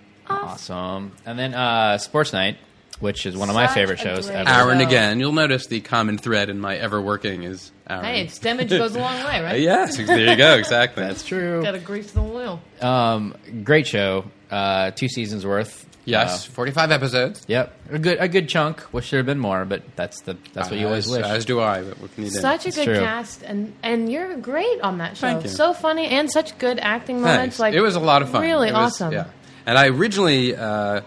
S3: awesome. And then uh, Sports Night, which is one of my
S4: Such
S3: favorite
S4: a
S3: shows
S4: great
S3: ever.
S4: show.
S5: Aaron
S4: So-
S5: again. You'll notice the common thread in my ever working is Aaron.
S4: Hey, stemmage goes a long
S5: <laughs>
S4: way,
S5: Uh,
S4: right?
S5: yes, there you go. <laughs> Exactly.
S3: That's true.
S4: Got to grease the wheel.
S3: Um, great show. Uh, two seasons worth.
S5: yes.
S3: Uh,
S5: Forty-five episodes.
S3: yep. A good a good chunk. Wish there had been more, but that's the that's what you always
S5: as,
S3: wish.
S5: As do I. But what can you do?
S4: Such a
S3: It's
S4: good
S3: true.
S4: cast, and and you're great on that show.
S5: Thank you.
S4: So funny and such good acting moments.
S5: Thanks.
S4: Like
S5: it was a lot of fun.
S4: Really
S5: It was-
S4: awesome.
S5: Yeah. And I originally uh,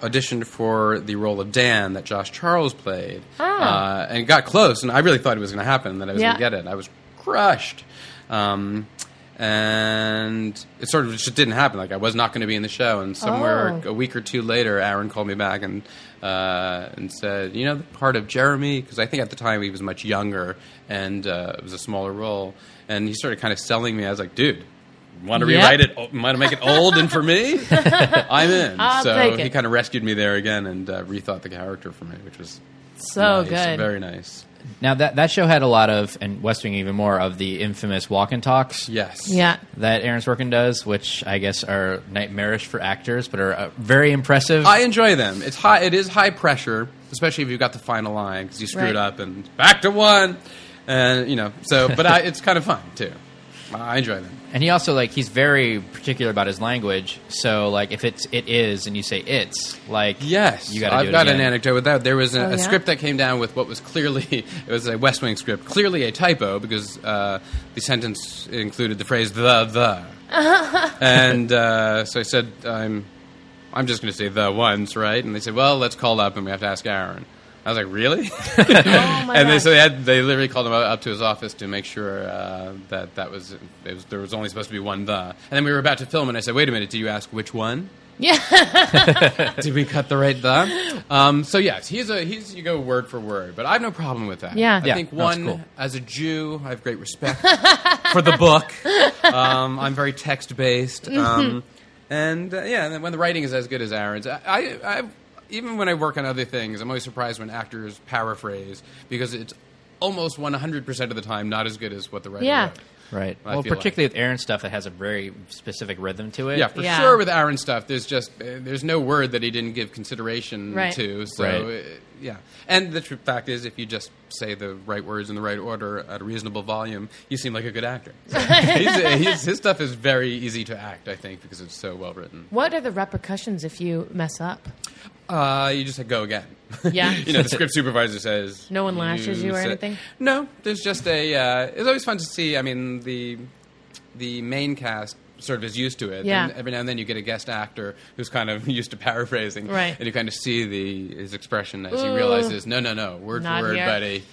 S5: auditioned for the role of Dan that Josh Charles played,
S4: Ah.
S5: uh, and got close. And I really thought it was going to happen, that I was
S4: Yeah.
S5: going to get it. I was crushed. Um, and it sort of just didn't happen. Like I was not going to be in the show, and somewhere
S4: Oh.
S5: a week or two later, Aaron called me back and uh, and said, "You know, the part of Jeremy, because I think at the time he was much younger and uh, it was a smaller role." And he started kind of selling me. I was like, "Dude, Want to
S4: Yep.
S5: rewrite it? o- Want to make it old and for
S4: <laughs>
S5: me? I'm in.
S4: I'll
S5: so
S4: take it.
S5: he kind of rescued me there again and uh, rethought the character for me, which was
S4: so
S5: nice,
S4: good.
S5: very nice.
S3: now that that show had a lot of and West Wing even more of the infamous walk and talks.
S5: Yes. <laughs>
S4: yeah.
S3: That Aaron Sorkin does, which I guess are nightmarish for actors, but are uh, very impressive.
S5: I enjoy them. It's high. It is high pressure, especially if you got the final line because you screwed
S4: Right.
S5: up and back to one, and you know. So, but I, it's kind of fun too. I enjoy them.
S3: And he also like he's very particular about his language. So like if it's it is and you say it's like
S5: Yes,
S3: you gotta
S5: I've
S3: do it
S5: got
S3: again.
S5: an anecdote with that. There was a,
S4: Oh,
S5: a
S4: yeah?
S5: script that came down with what was clearly <laughs> it was a West Wing script, clearly a typo because uh, the sentence included the phrase
S4: <laughs>
S5: the the, and uh, so I said I'm I'm just going to say the once, right? And they said, well, let's call up and we have to ask Aaron. I was
S4: <laughs>
S5: like, really?
S4: Oh my
S5: and they,
S4: gosh.
S5: so they had they literally called him up to his office to make sure uh, that that was, it was there was only supposed to be one the. And then we were about to film, and I said, wait a minute, did you ask which one?
S4: yeah. <laughs>
S5: <laughs> Did we cut the right the? Um, so yes, he's a he's you go word for word, but I have no problem with that.
S4: Yeah.
S5: I
S4: Yeah,
S5: think
S3: no, it's
S5: one
S3: cool.
S5: as a Jew, I have great
S4: <laughs>
S5: respect for the book. Um, I'm very text based,
S4: Mm-hmm.
S5: um, and uh, yeah, and then when the writing is as good as Aaron's, I, I, I even when I work on other things, I'm always surprised when actors paraphrase because it's almost 100 percent of the time not as good as what the writer.
S4: Yeah.
S5: wrote.
S3: Right.
S5: I
S3: well,
S5: feel
S3: particularly with Aaron stuff that has a very specific rhythm to it.
S5: Yeah, for
S4: Yeah.
S5: sure. With Aaron stuff, there's just uh, there's no word that he didn't give consideration
S4: Right.
S5: to. So
S3: Right.
S5: uh, yeah, and the tr- fact is, if you just say the right words in the right order at a reasonable volume, you seem like a
S4: <laughs>
S5: good actor. he's, eh, he's, his stuff is very easy to act, I think, because it's so well written.
S4: What are the repercussions if you mess up?
S5: Uh, you just go again.
S4: Yeah.
S5: <laughs> you know, the script supervisor says
S4: No one lashes you or
S5: said-
S4: anything?
S5: No, there's just a. Uh, it's always fun to see. I mean, the the main cast sort of is used to it.
S4: Yeah.
S5: And every now and then you get a guest actor who's kind of <laughs> used to paraphrasing,
S4: Right.
S5: And you kind of see the his expression as
S4: Ooh.
S5: he realizes, no, no, no, word
S4: Not
S5: for word,
S4: here.
S5: buddy.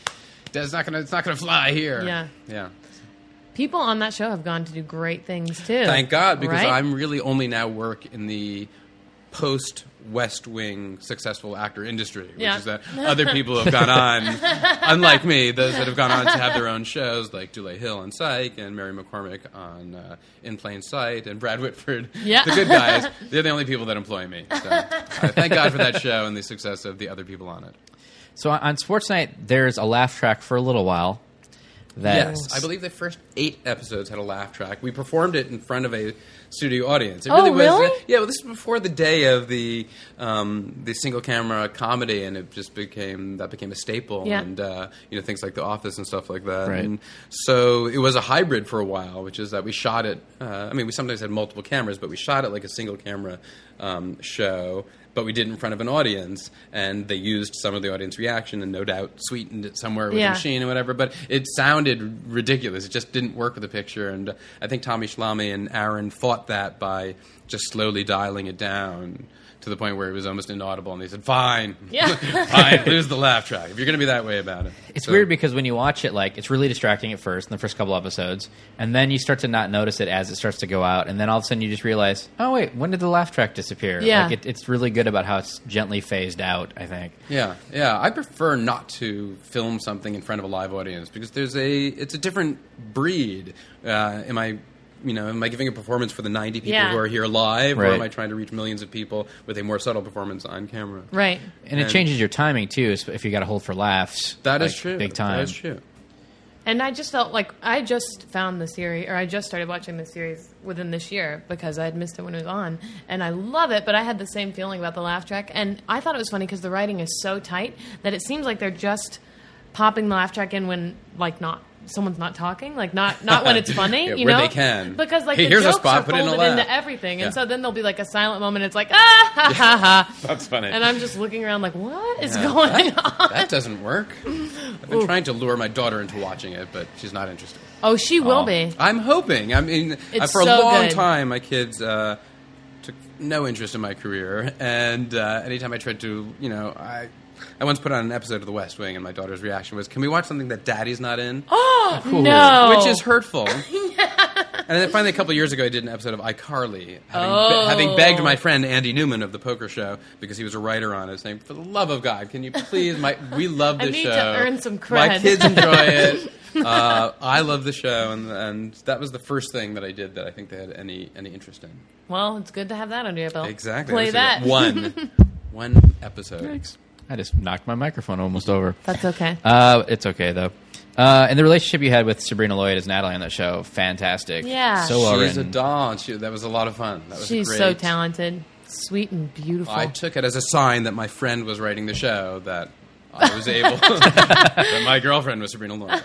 S5: That's not gonna. It's not gonna fly here.
S4: Yeah.
S5: Yeah.
S4: People on that show have gone to do great things too.
S5: Thank God, because
S4: Right?
S5: I'm really only now work in the post West Wing successful actor industry, which
S4: Yeah.
S5: is that other people
S4: <laughs>
S5: have gone on, unlike me, those that have gone on to have their own shows like Dule Hill on Psych and Mary McCormick on uh, In Plain Sight and Brad Whitford,
S4: Yeah.
S5: the
S4: <laughs>
S5: good guys. They're the only people that employ me. So I thank God for that show and the success of the other people on it.
S3: So on- on Sports Night, there's a laugh track for a little while. That
S5: Yes, I believe the first eight episodes had a laugh track. We performed it in front of a studio audience. It
S4: Oh,
S5: was,
S4: really?
S5: yeah. Well, this was before the day of the um, the single camera comedy, and it just became that became a staple,
S4: Yeah.
S5: and uh, you know things like The Office and stuff like that.
S3: Right.
S5: And so it was a hybrid for a while, which is that we shot it. Uh, I mean, we sometimes had multiple cameras, but we shot it like a single camera um, show. But we did it in front of an audience, and they used some of the audience reaction, and no doubt sweetened it somewhere with
S4: Yeah.
S5: a machine or whatever. But it sounded ridiculous. It just didn't work with the picture. And I think Tommy Schlamme and Aaron fought that by just slowly dialing it down to the point where it was almost inaudible. And they said, "Fine, <laughs>
S4: Yeah.
S5: fine, lose the laugh track if you're going to be that way about it."
S3: It's
S5: So-
S3: weird because when you watch it, like it's really distracting at first in the first couple episodes, and then you start to not notice it as it starts to go out, and then all of a sudden you just realize, oh wait, when did the laugh track disappear?
S4: Yeah.
S3: like, it, it's really good about how it's gently phased out. I think.
S5: Yeah, yeah. I prefer not to film something in front of a live audience because there's a it's a different breed. Uh, am I, you know, am I giving a performance for the 90 people
S4: Yeah.
S5: who are here live, or
S3: Right.
S5: am I trying to reach millions of people with a more subtle performance on camera?
S4: Right.
S3: And it
S5: And-
S3: changes your timing too, is- if you got to hold for laughs.
S5: That is
S3: like,
S5: true.
S3: Big time.
S5: That is true.
S4: And I just felt like I just found the series, or I just started watching the series within this year because I had missed it when it was on, and I love it. But I had the same feeling about the laugh track, and I thought it was funny because the writing is so tight that it seems like they're just popping the laugh track in when like not someone's not talking, like not not when
S5: <laughs>
S4: it's funny,
S5: Yeah,
S4: you
S5: where
S4: know?
S5: they can.
S4: Because like
S5: Hey,
S4: the
S5: here's a
S4: jokes
S5: spot,
S4: are
S5: put in a
S4: folded
S5: laugh.
S4: into everything, and
S5: Yeah.
S4: so then there'll be like a silent moment.
S5: <laughs>
S4: It's like ah ha ha ha,
S5: That's funny.
S4: and I'm just looking around like what is
S5: Yeah. <laughs>
S4: going on?
S5: that doesn't
S4: <laughs>
S5: work. I've been trying to lure my daughter into watching it, but she's not interested.
S4: Oh, she will be.
S5: I'm hoping. I mean,
S4: It's
S5: uh, for
S4: so
S5: a long
S4: good.
S5: time, my kids uh, took no interest in my career, and uh, anytime I tried to, you know, I. I once put on an episode of The West Wing, and my daughter's reaction was, "Can we watch something that Daddy's not in?"
S4: <gasps> Oh no,
S5: Which
S4: <laughs>
S5: is hurtful. and then finally, a couple years ago, I did an episode of iCarly, having,
S4: Oh.
S5: having begged my friend Andy Newman of the Poker Show because he was a writer on it, saying, "For the love of God, can you please? My, we love
S4: I
S5: this
S4: need
S5: show.
S4: to earn some
S5: My
S4: cred."
S5: kids enjoy
S4: <laughs>
S5: it. Uh, I love the show, and, and that was the first thing that I did that I think they had any any interest in.
S4: Well, it's good to have that under your belt.
S5: Exactly.
S4: Play
S5: It was
S4: that.
S5: one one episode.
S3: I just knocked my microphone almost over.
S4: <laughs> That's okay.
S3: Uh, it's okay though. Uh, and the relationship you had with Sabrina Lloyd as Natalie on that show, fantastic.
S4: Yeah.
S3: so well
S5: She's a
S3: written.
S5: doll. She, that was a lot of fun. That was
S4: She's
S5: great.
S4: so talented, sweet and beautiful.
S5: I took it as a sign that my friend was writing the show that
S6: <laughs>
S5: I was able. <laughs> that my girlfriend was Sabrina Lawrence.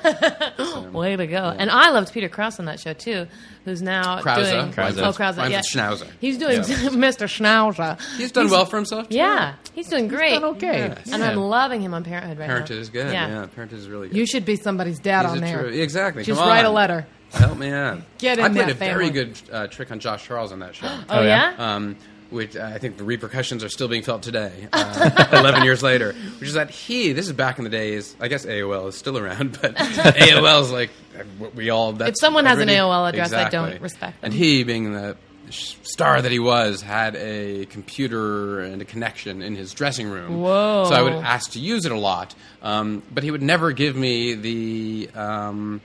S4: Way to go! And I loved Peter Krause on that show too, who's now
S5: Krause.
S4: doing
S5: Krause.
S4: Oh, Krause,
S5: Rhymes
S4: yeah.
S5: with Schnauzer.
S4: He's doing <laughs>
S5: Yeah.
S4: Mr. Schnauzer.
S5: He's done well for himself. Too.
S4: Yeah, he's doing great.
S3: Done okay.
S5: Yes.
S4: And I'm loving him on Parenthood right
S5: Parentage
S4: now.
S5: is good. Yeah. Parentage is really good.
S6: You should be somebody's dad
S5: He's
S6: on
S5: a
S6: there.
S5: true- exactly.
S6: Just
S5: Come
S6: write a
S5: on.
S6: letter.
S5: Help me out.
S6: Get in
S5: I played
S6: that
S5: a very
S6: family.
S5: good uh, trick on Josh Charles on that
S6: <gasps>
S5: show.
S4: Oh,
S3: Oh, yeah?
S4: yeah.
S5: um, which I think the repercussions are still being felt today, uh, <laughs> 11 years later, which is that he, this is back in the days, I guess AOL is still around,
S4: <laughs>
S5: but AOL is like uh, what we all. That's
S4: If someone has an
S5: everybody-
S4: AOL address, I don't respect them.
S5: And he, being the sh- star that he was, had a computer and a connection in his dressing room.
S4: Whoa.
S5: So I would ask to use it a lot, um, but he would never give me the. Um,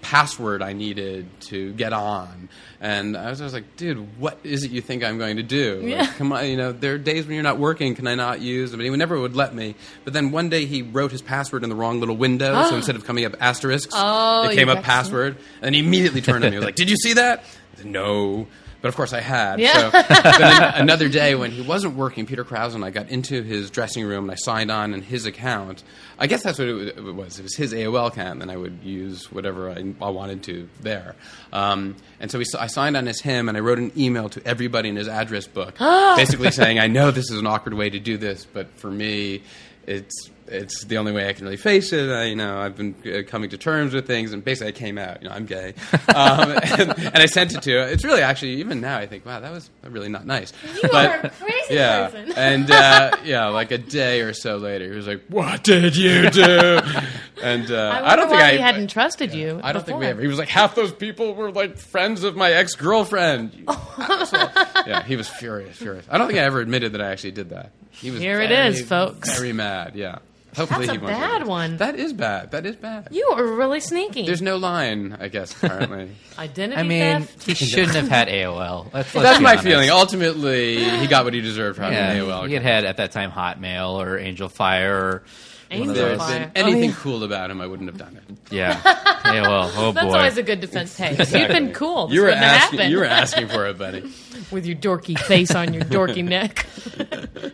S5: password I needed to get on. And I was, I was like, dude, what is it you think I'm going to do? Like,
S4: Yeah.
S5: come on, you know, there are days when you're not working. Can I not use them? And he would- never would let me. But then one day he wrote his password in the wrong little window.
S4: <gasps>
S5: so instead of coming up asterisks,
S4: Oh,
S5: it came
S4: you got
S5: up
S4: some-
S5: password. And he immediately turned on me. He was like, did you see that? I said, no. But of course I had.
S4: Yeah.
S5: So then another day when he wasn't working, Peter Krause and I got into his dressing room and I signed on in his account. I guess that's what it wa- it was. It was his AOL account, and I would use whatever I, I wanted to there. Um, and so we, s- I signed on as him, and I wrote an email to everybody in his address book, basically saying, "I know this is an awkward way to do this, but for me, it's." It's the only way I can really face it. I, you know, I've been uh, coming to terms with things, and basically, I came out. You know, I'm gay, um, and, and I sent it to. her. It's really actually even now. I think, wow, that was really not nice
S4: You are a crazy
S5: yeah.
S4: person.
S5: and uh, yeah, like a day or so later, he was like, "What did
S4: <laughs>
S5: you do?" And uh,
S4: I,
S5: I, don't think
S4: why
S5: I
S4: he hadn't trusted you.
S5: I don't
S4: before. <laughs>
S5: think
S4: Oh.
S5: we ever. He was like, half those people were like friends of my ex girlfriend. yeah, he was furious, furious. I don't think I ever admitted that I actually did that. He was
S4: Here it
S5: very,
S4: is, folks.
S5: Very mad. Yeah. Hopefully
S4: That's
S5: he
S4: a
S5: won't do
S4: bad
S5: it.
S4: one.
S5: That is bad. That is bad.
S4: You are really sneaky.
S5: There's no line,
S4: <laughs>
S5: I guess. Apparently,
S4: Identity
S3: I mean,
S4: theft.
S3: he shouldn't have had AOL. Let's, let's
S5: that's
S3: be
S5: my
S3: honest.
S5: feeling. Ultimately, he got what he deserved from
S3: Yeah,
S5: AOL.
S3: he had had at that time Hotmail or Angel Fire. Or one
S5: If
S3: of
S5: there
S4: Angel
S5: had
S3: those.
S5: been
S4: Fire.
S5: anything
S3: Oh, yeah.
S5: cool about him, I wouldn't have done it.
S4: <laughs>
S3: Yeah, AOL. Oh
S4: That's
S3: boy.
S4: always a good
S5: <laughs>
S4: defense. Hey, you've been cool. This
S5: You were
S4: wouldn't have
S5: asking.
S4: happened.
S5: You were asking for it,
S4: <laughs>
S5: buddy.
S4: with your dorky face on your
S5: <laughs>
S4: dorky neck.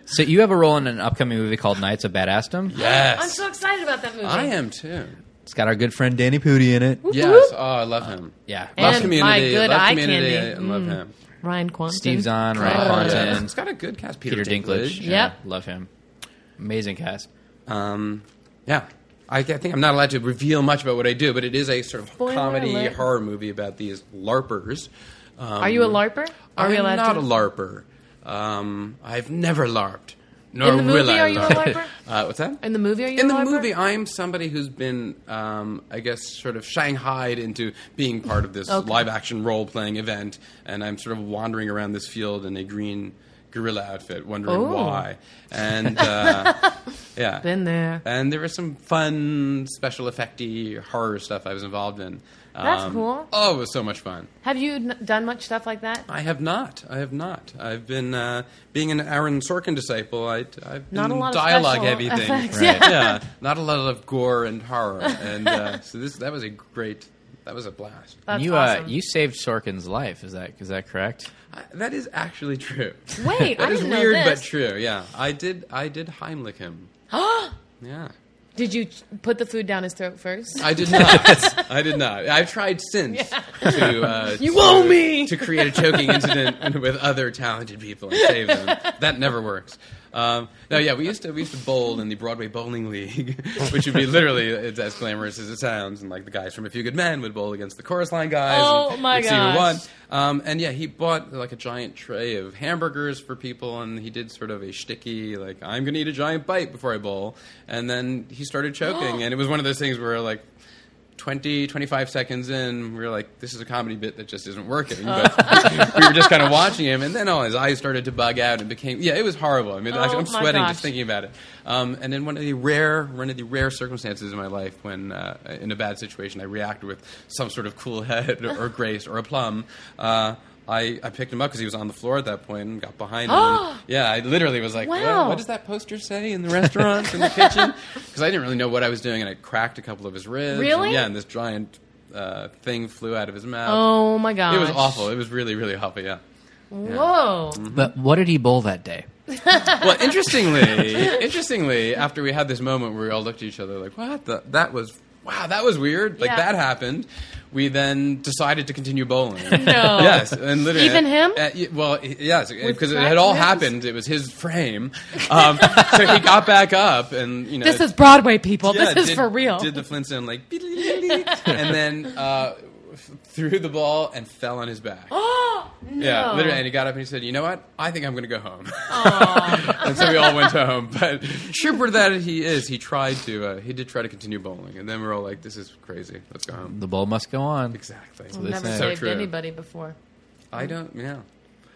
S3: so you have a role in an upcoming movie called Knights of Badassdom.
S5: Yes,
S4: I'm so excited about that movie.
S5: I am too.
S3: It's got our good friend Danny Pudi in it.
S4: Whoop,
S5: Yes.
S4: whoop.
S5: Oh, I love him.
S3: Yeah,
S4: And
S5: Love
S3: Lots of
S5: community.
S4: my good
S5: love
S4: eye
S5: community.
S4: candy.
S5: I love
S4: Mm.
S5: him.
S4: Ryan Quanten.
S3: Steve Zahn, Ryan
S5: Oh,
S3: Quanten,
S5: yeah. It's got a good cast. Peter,
S3: Peter Dinklage.
S5: Dinklage.
S3: Yeah,
S4: Yep.
S3: love him. Amazing cast.
S5: Um, yeah. I, I think I'm not allowed to reveal much about what I do, but it is a sort of
S4: Spoiler
S5: comedy
S4: alert.
S5: horror movie about these LARPers. Um,
S4: Are you a LARPer? Are
S5: I'm
S4: we allowed
S5: not
S4: to?
S5: a LARPer. Um, I've never LARPed. Nor
S4: In the
S5: will
S4: movie,
S5: I
S4: are you a
S5: LARP.
S4: LARPer?
S5: <laughs> Uh, what's that?
S4: In the movie, are you
S5: In
S4: a
S5: the
S4: LARPer?
S5: movie, I'm somebody who's been, um, I guess, sort of shanghaied into being part of this
S4: <laughs> Okay.
S5: live-action role-playing event, and I'm sort of wandering around this field in a green gorilla outfit, wondering
S4: Oh.
S5: why.
S4: <laughs>
S5: And uh, yeah,
S4: Been there.
S5: and there was some fun, special effecty horror stuff I was involved in.
S4: That's cool.
S5: Oh, it was so much fun.
S4: Have you n- done much stuff like that?
S5: I have not. I have not. I've been uh, being an Aaron Sorkin disciple. I, I've been
S4: Not a lot of
S5: dialogue
S4: special
S5: heavy things.
S4: effects,
S3: Right.
S5: Yeah. not a lot of gore and horror. And uh, so this that was a great. That was a blast.
S4: That's
S3: you
S4: awesome.
S3: uh, you saved Sorkin's life. Is that is that correct?
S5: I, that is actually true.
S4: <laughs> Wait,
S5: <laughs> That
S4: I
S5: is
S4: didn't
S5: weird,
S4: know
S5: but
S4: this.
S5: true. Yeah, I did. I did Heimlich him. yeah.
S4: <gasps> Did you ch- put the food down his throat first?
S5: I did not. I did not. I've tried since to uh,
S4: You
S5: to-
S4: owe me!
S5: to create a choking incident <laughs> with other talented people and save them. That never works. Um, no, yeah, we used to we used to bowl in the Broadway Bowling League, <laughs> which would be literally it's as glamorous as it sounds, and like the guys from A Few Good Men would bowl against the chorus line guys.
S4: Oh,
S5: and
S4: my
S5: we'd see who won.
S4: gosh.
S5: Um, and yeah, he bought like a giant tray of hamburgers for people, and he did sort of a shticky like I'm gonna eat a giant bite before I bowl, and then
S4: <gasps>
S5: he started choking, and it was one of those things where like. 20, 25 seconds in, we were like, this is a comedy bit that just isn't working.
S4: <laughs>
S5: But we were just kind of watching him, and then all his eyes started to bug out and became, yeah, it was horrible. I mean,
S4: Oh,
S5: actually, I'm
S4: my
S5: sweating
S4: gosh.
S5: just thinking about it. Um, and then one of the rare, one of the rare circumstances in my life when, uh, in a bad situation, I reacted with some sort of
S4: <laughs>
S5: cool head or, or grace or aplomb. Uh, I, I picked him up because he was on the floor at that point and got
S4: <gasps>
S5: behind him. And, yeah, I literally was like,
S4: Wow.
S5: "Well, what does that poster say in the restaurant,
S4: <laughs>
S5: in the kitchen? Because I didn't really know what I was doing, and I cracked a couple of his ribs. And
S4: Really?
S5: yeah, and this giant uh, thing flew out of his mouth.
S4: oh my gosh.
S5: it was awful. Mm-hmm. It was really, really awful. Yeah.
S4: Whoa.
S3: But what did he bowl that day?
S4: <laughs>
S5: Well, interestingly, interestingly, after we had this moment where we all looked at each other like, "What? The, that was wow. That was weird. Like
S4: Yeah.
S5: that happened." We then decided to continue bowling.
S4: <laughs> No.
S5: <laughs> Yes, and literally
S4: Oh. Even him?
S5: Uh, y- well, y- yes, because it
S4: cracked
S5: had all
S4: ribs?
S5: happened. It was his frame. Um, so he got back up, and you know,
S4: This is Broadway, people.
S5: Yeah,
S4: this is
S5: did-
S4: for real.
S5: Did the Flintstone like, <laughs> and then uh, f- threw the ball and fell on his back.
S4: oh, no.
S5: Yeah, literally, and he got up and he said, "You know what? I think I'm going to go home." <laughs> and so we all went home. But trooper that he is, he tried to. Uh, he did try to continue bowling, and then we are all like, "This is crazy. Let's go home."
S3: The bowl must go on.
S5: Exactly.
S3: They
S4: Never
S3: say.
S5: So
S4: saved
S5: true.
S4: anybody before.
S5: I don't. Yeah.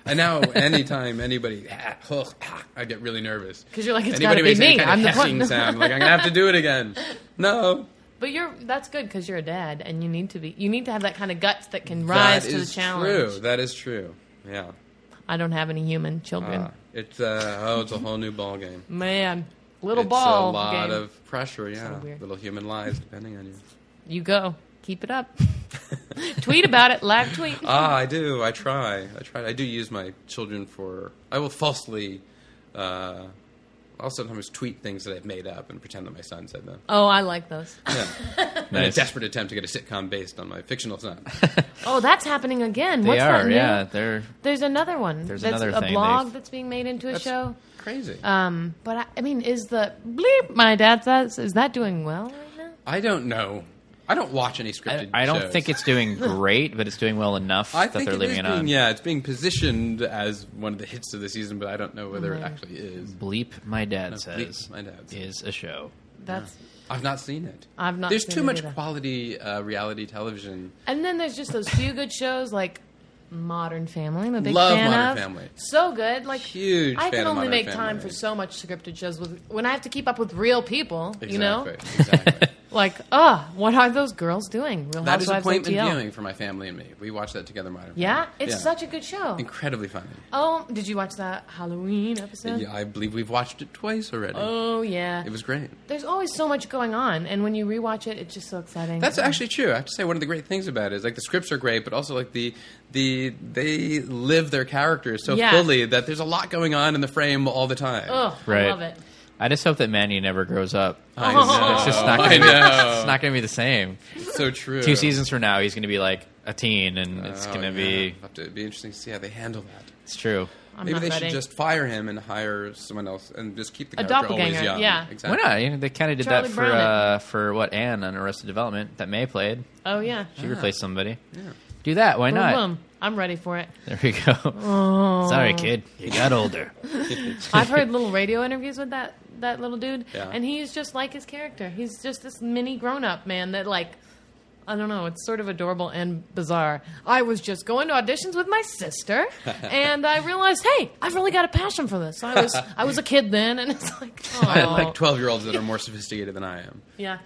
S5: And now, anytime anybody, <laughs> ah, I get really nervous
S4: 'Cause you're like, "It's
S5: anybody
S4: gotta be
S5: makes any
S4: me.
S5: Kind of
S4: I'm the one."
S5: hissing sound, like I'm gonna have to do
S4: <laughs>
S5: it again. No,
S4: But you're that's good because you're a dad and you need to be you need to have that kind of guts that can rise
S5: That
S4: to the
S5: is
S4: challenge.
S5: True. That is true. Yeah.
S4: I don't have any human children.
S5: Ah, it's uh, oh, it's a whole new ball game.
S4: Man, little
S5: it's
S4: ball
S5: a lot
S4: game.
S5: of pressure. Yeah,
S4: weird.
S5: little human lives
S4: <laughs>
S5: depending on you.
S4: you go. Keep it
S5: <laughs>
S4: up. tweet about it. Lag tweet.
S5: Ah, I do. I try. I try. I do use my children for. I will falsely. Uh, I'll sometimes tweet things that I've made up and pretend that my son said them.
S4: oh, I like those. <laughs>
S5: Yeah. In a
S3: Nice.
S5: desperate attempt to get a sitcom based on my
S3: <laughs>
S5: fictional son.
S4: Oh, that's happening again.
S3: They
S4: What's that
S3: are,
S4: new?
S3: yeah. They're
S4: There's another one.
S3: There's
S4: that's
S3: another
S4: a
S3: thing
S4: blog
S3: they've-
S4: that's being made into a
S5: That's
S4: show.
S5: crazy.
S4: Um, but I, I mean, is the bleep my dad says is that doing well right now?
S5: I don't know. I don't watch any
S3: I,
S5: scripted.
S3: I don't
S5: shows.
S3: think it's doing great, but it's doing well enough
S5: I
S3: that
S5: think
S3: they're
S5: it
S3: leaving
S5: is
S3: it
S5: being,
S3: on.
S5: Yeah, it's being positioned as one of the hits of the season, but I don't know whether it actually is.
S3: Bleep my dad
S5: No, Bleep
S3: says
S5: My Dad Says.
S3: is a show.
S4: That's
S5: I've not seen it.
S4: I've not
S5: There's
S4: seen
S5: too
S4: it
S5: much
S4: either.
S5: quality uh, reality television.
S4: and then there's just those few good shows like Modern Family. I'm a big
S5: Love
S4: fan
S5: Modern
S4: of.
S5: Family.
S4: So good, like
S5: Huge
S4: I
S5: fan
S4: can
S5: of
S4: only
S5: Modern
S4: make
S5: Family.
S4: time for so much scripted shows with when I have to keep up with real people.
S5: Exactly.
S4: You know, <laughs>
S5: Exactly.
S4: like, ah, what are those girls doing? Real
S5: that is
S4: Housewives of
S5: appointment
S4: DL.
S5: viewing for my family and me. We watch that together, Modern
S4: Yeah,
S5: Family.
S4: it's such a good show.
S5: incredibly funny.
S4: Oh, did you watch that Halloween episode?
S5: Yeah, I believe we've watched it twice already.
S4: Oh yeah.
S5: It was great.
S4: There's always so much going on, and when you rewatch it, it's just so exciting.
S5: That's actually true. I have to say, one of the great things about it is like the scripts are great, but also like the the they live their characters so
S4: Yeah.
S5: fully that there's a lot going on in the frame all the time.
S4: Ugh,
S3: Right.
S4: Oh, I love it.
S3: <laughs> I just hope that Manny never grows up.
S5: I
S3: It's-
S4: <laughs>
S5: know.
S3: It's just not. Gonna,
S5: I know.
S3: It's not going to be the same.
S5: It's so true.
S3: Two seasons from now, he's going to be like a teen, and it's
S5: Oh,
S3: going to
S5: yeah.
S3: be.
S5: Have to- It'd be interesting to see how they handle that.
S3: It's true.
S4: I'm
S5: Maybe
S4: not
S5: they
S4: ready.
S5: should just fire him and hire someone else and just keep the
S4: A
S5: character always
S4: doppelganger,
S5: young.
S4: yeah.
S5: exactly.
S3: Why not? You know, they kind of did
S4: Charlie
S3: that for
S4: Brown it.
S3: uh, for what Anne on Arrested Development that May played.
S4: Oh yeah.
S3: She
S5: Ah.
S3: replaced somebody. Do that. Why
S4: Boom,
S3: not?
S4: boom. I'm ready for it.
S3: There we go. Sorry, kid. You got older.
S4: I've heard little radio interviews with that that little dude,
S5: Yeah.
S4: and he's just like his character. He's just this mini grown up man that like. I don't know. It's sort of adorable and bizarre. I was just going to auditions with my
S5: <laughs>
S4: sister, and I realized, hey, I've really got a passion for this. I was I was a kid then, and it's
S3: <laughs>
S4: like,
S5: I <laughs> like
S4: aw.
S5: twelve year olds that are more sophisticated than I am.
S4: yeah,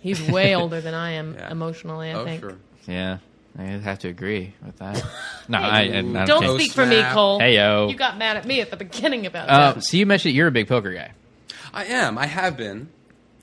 S4: he's way older than I am
S5: <laughs> Yeah.
S4: emotionally. <laughs> I
S5: oh
S4: think.
S5: sure.
S3: yeah, I have to agree with that. No, I, I, I'm
S4: Don't
S3: kidding.
S4: speak for me,
S5: Oh, snap.
S4: Cole.
S3: Hey, yo.
S4: You got mad at me at the beginning about
S3: Uh,
S4: that.
S3: so you mentioned you're a big poker guy.
S5: I am. I have been.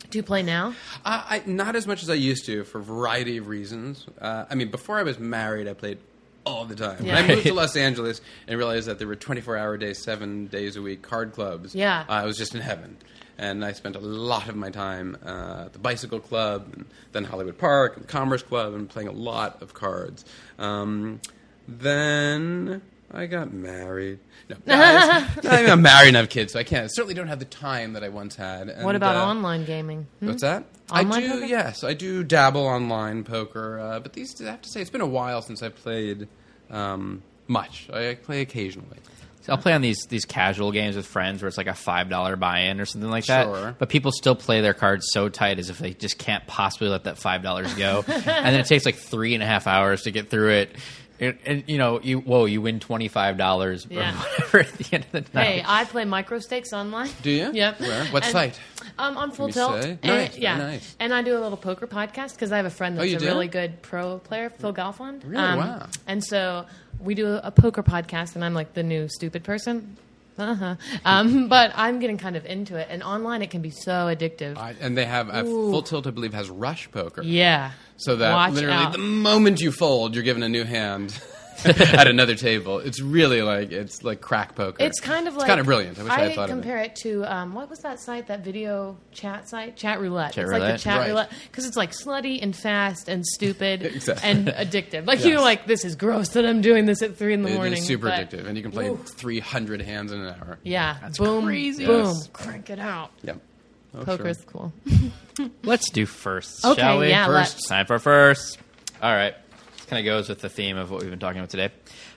S4: Do you play now?
S5: I, I not as much as I used to for a variety of reasons. Uh, I mean, before I was married, I played all the time.
S4: Yeah.
S5: When I moved to Los Angeles and realized that there were 24 hour days, seven days a week card clubs. uh,
S4: Yeah.
S5: I was just in heaven. And I spent a lot of my time uh, at the Bicycle Club, and then Hollywood Park, and Commerce Club, and playing a lot of cards. Um, then I got married.
S4: <laughs>
S5: No, I was- <laughs> I mean, I'm married and have kids, so I can't. certainly don't have the time that I once had.
S4: What
S5: And,
S4: about
S5: uh,
S4: online gaming? Hmm?
S5: What's that?
S4: Online
S5: I do.
S4: poker?
S5: Yes, I do dabble online poker, uh, but these I have to say it's been a while since I played um, much. I play occasionally.
S3: So I'll play on these these casual games with friends where it's like a five dollar buy in or something like that.
S5: Sure.
S3: But people still play their cards so tight as if they just can't possibly let that five dollars
S4: <laughs>
S3: go, and then it takes like three and a half hours to get through it. And, and, you know, you whoa, you win twenty five dollars
S4: Yeah.
S3: or whatever at the end of the night.
S4: Hey, I play micro stakes online.
S5: Do you?
S4: Yep.
S5: Where? What
S4: And,
S5: site?
S4: Um, on Full
S5: me
S4: Tilt.
S5: say.
S4: And,
S5: Nice, very
S4: yeah.
S5: nice. Oh,
S4: And I do a little poker podcast because I have a friend that's
S5: you
S4: a
S5: do?
S4: really good pro player, Phil Goffin.
S5: Really? Wow.
S4: And so we do a poker podcast, and I'm like the new stupid person. Uh huh. Um, <laughs> but I'm getting kind of into it, and online it can be so addictive.
S5: I, and they have a
S4: Ooh.
S5: full tilt. I believe has rush poker.
S4: yeah.
S5: So that
S4: Watch
S5: literally
S4: out.
S5: the moment you fold, you're given a new hand. <laughs> at another table, it's really like it's like crack poker.
S4: It's kind of like
S5: it's kind of brilliant. I wish I, had thought
S4: compare
S5: of it.
S4: it to um, what was that site? That video chat site, Chat Roulette.
S3: Chat
S4: it's like
S3: Roulette.
S4: the chat
S5: Right.
S4: roulette because it's like slutty and fast and stupid
S5: <laughs> Exactly.
S4: and addictive. Like
S5: Yes.
S4: you're like, this is gross that I'm doing this at three in the
S5: It is
S4: morning.
S5: super
S4: but-
S5: addictive, and you can play
S4: Oof.
S5: 300 hands in an hour.
S4: Yeah, boom, boom,
S5: Yes.
S4: crank it out.
S5: Yep. Oh,
S4: Poker
S5: sure.
S4: is cool.
S3: Let's do first,
S4: Okay,
S3: shall we?
S4: yeah,
S3: first.
S4: let's.
S3: Time for first. All right. This kind of goes with the theme of what we've been talking about today.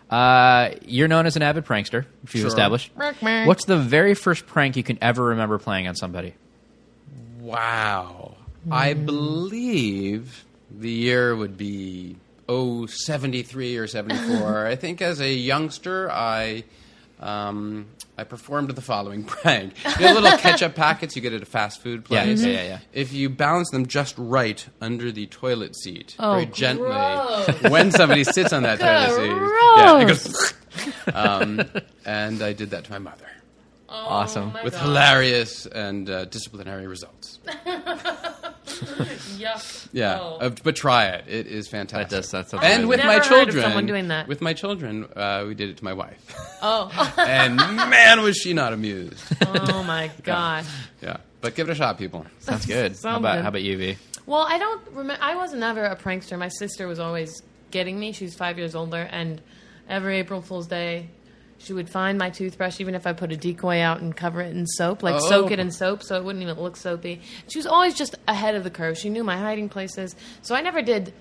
S3: Uh, you're known as an avid prankster, which you've
S5: Sure.
S3: established.
S4: Merk, merk.
S3: What's the very first prank you can ever remember playing on somebody?
S5: Wow.
S3: Hmm.
S5: I believe the year would be oh seventy three
S3: <laughs>
S5: or 74. I think as a youngster, I. Um, I performed the following <laughs> prank. You know,
S3: <laughs>
S5: little ketchup packets you get at a fast food
S3: Yeah,
S5: place.
S3: yeah, yeah, yeah.
S5: If you balance them just right under the toilet seat,
S4: Oh,
S5: very gently,
S4: gross.
S5: <laughs> when somebody sits on <laughs> that
S3: <laughs>
S5: toilet seat, yeah, it goes. um, and I did that to my mother
S3: Awesome.
S4: Oh, my
S5: with
S4: God.
S5: hilarious and uh,
S3: <laughs>
S5: disciplinary results.
S4: Yuck.
S5: <laughs> Yeah,
S4: Oh.
S5: uh, but try it. It is fantastic.
S3: That does- that's something
S5: and
S3: I've
S5: with
S4: never
S5: my
S4: heard of
S5: children,
S4: someone doing that.
S5: With my children, uh, we did it to my wife,
S4: <laughs>
S5: <laughs>
S4: Oh.
S5: and man, was she not amused.
S4: oh my gosh.
S5: Yeah, but give it a shot, people.
S3: Sounds good. how
S4: Sounds
S3: about
S4: good.
S3: how about you, V?
S4: Well, I don't remember. I was never a prankster. My sister was always getting me. She's five years older, and every April Fool's Day, she would find my toothbrush, even if I put a decoy out and cover it in soap, like
S5: Oh.
S4: soak it in soap, so it wouldn't even look soapy. She was always just ahead of the curve. She knew my hiding places, so I never did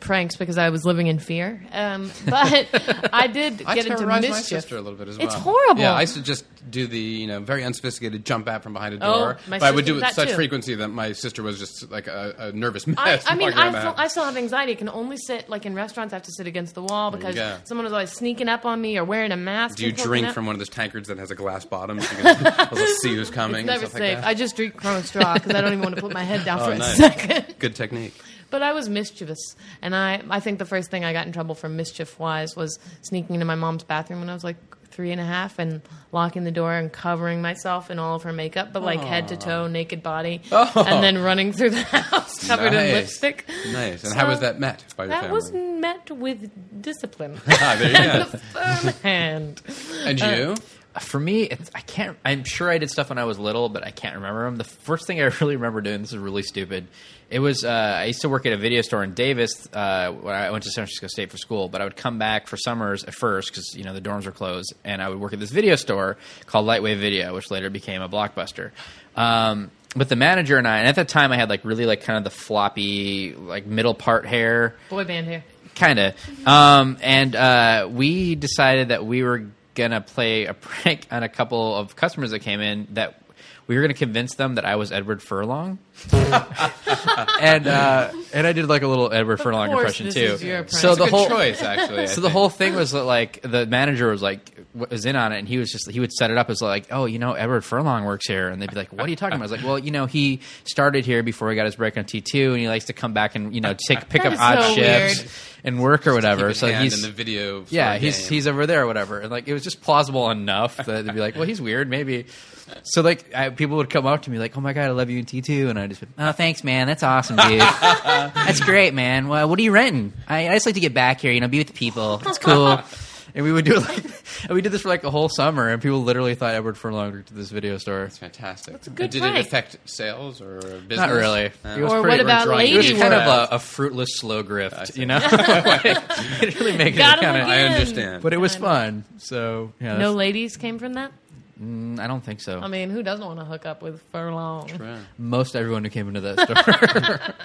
S4: pranks because I was living in fear. Um, <laughs> but
S5: <laughs>
S4: I did
S5: I
S4: get into
S5: terrorized
S4: mischief.
S5: my sister a little bit as well.
S4: It's horrible.
S5: Yeah, I used to just do the you know very unsophisticated jump out from behind a
S4: Oh,
S5: door,
S4: my
S5: but I
S4: sister
S5: would
S4: did
S5: do it with
S4: that
S5: such
S4: too.
S5: frequency that my sister was just like a, a nervous mess.
S4: I, I
S5: walking
S4: mean,
S5: around
S4: I,
S5: the
S4: feel,
S5: house.
S4: I still have anxiety. I can only sit, like in restaurants, I have to sit against the wall because
S5: go.
S4: someone was always sneaking up on me or wearing a mask.
S5: Do you
S4: and poking
S5: drink
S4: out.
S5: from one of those tankards that has a glass bottom?
S4: <laughs>
S5: So you can also see who's coming.
S4: It's never
S5: and stuff
S4: safe.
S5: Like
S4: I
S5: that?
S4: just drink from a straw because I don't even want to put my head down
S5: Oh,
S4: for a
S5: nice.
S4: second. <laughs>
S5: Good technique.
S4: But I was mischievous, and I, I think the first thing I got in trouble for mischief wise was sneaking into my mom's bathroom when I was like three and a half and locking the door and covering myself in all of her makeup, but like head to toe, naked body, and then running through the <laughs> house covered in
S5: Oh. Nice.
S4: lipstick.
S5: Nice. And
S4: So
S5: how was that met by your
S4: That
S5: family?
S4: was met
S3: <laughs>
S4: with discipline
S5: ah, there you
S4: and
S5: go.
S4: a firm hand. Uh,
S5: And you?
S3: For me, it's, I can't. I'm sure I did stuff when I was little, but I can't remember them. The first thing I <laughs> really remember doing this is really stupid. It was uh, I used to work at a video store in Davis uh, when I went to San Francisco State for school, but I would come back for summers at first because you know the dorms were closed, and I would work at this video store called Lightwave Video, which later became a Blockbuster. Um, but the manager and I, and at that time I had like really like kind of the floppy like middle part hair
S4: Boy band here.
S3: kind of. Um, and uh, we decided that we were gonna play a prank on a couple of customers that came in that we were gonna convince them that I was Edward Furlong. <laughs> and uh, and I did like a little Edward Furlong
S4: course,
S3: impression
S4: this
S3: too.
S4: is your
S3: so
S4: prank.
S3: the
S5: Good
S3: whole
S4: <laughs>
S5: choice, actually. I
S3: so the
S5: think.
S3: whole thing was that, like the manager was like w- was in on it, and he was just he would set it up as like, oh, you know, Edward Furlong works here, and they'd be like, what are you talking about? I was like, well, you know, he started here before he got his break on T two, and he likes to come back and you know take pick
S4: That
S3: up
S4: is
S3: odd
S4: so
S3: shifts
S4: weird.
S3: and work or whatever.
S5: Keep his
S3: So
S5: hand
S3: he's
S5: in the video. for
S3: yeah,
S5: a
S3: he's
S5: game.
S3: he's over there or whatever. And like it was just plausible enough that they'd be like, well, he's weird, maybe. So like I, people would come up to me like, oh my god, I love you in T two, and I just, oh thanks, man, that's awesome,
S5: <laughs>
S3: dude, that's great, man. Well, what are you renting? I, I just like to get back here, you know, be with the people. It's cool. And we would do like, and we did this for like a whole summer, and people literally thought Edward Furlong worked at this video store.
S5: It's fantastic. That's a
S4: good
S5: Did it
S4: prank.
S5: affect sales or business?
S3: Not really. It was
S4: Or
S3: pretty-
S4: what about
S5: drawing
S3: It was
S4: Lady
S5: attention.
S3: kind
S4: World?
S3: of a, a fruitless slow grift, you know. <laughs> Like, it really make it
S4: Got 'em
S3: kind of,
S4: again.
S5: I understand.
S3: but it was fun. So yeah,
S4: No
S3: that's-
S4: ladies came from that?
S3: I don't think so.
S4: I mean, who doesn't want to hook up with Furlong?
S5: Yeah.
S3: most everyone who came into that store. <laughs>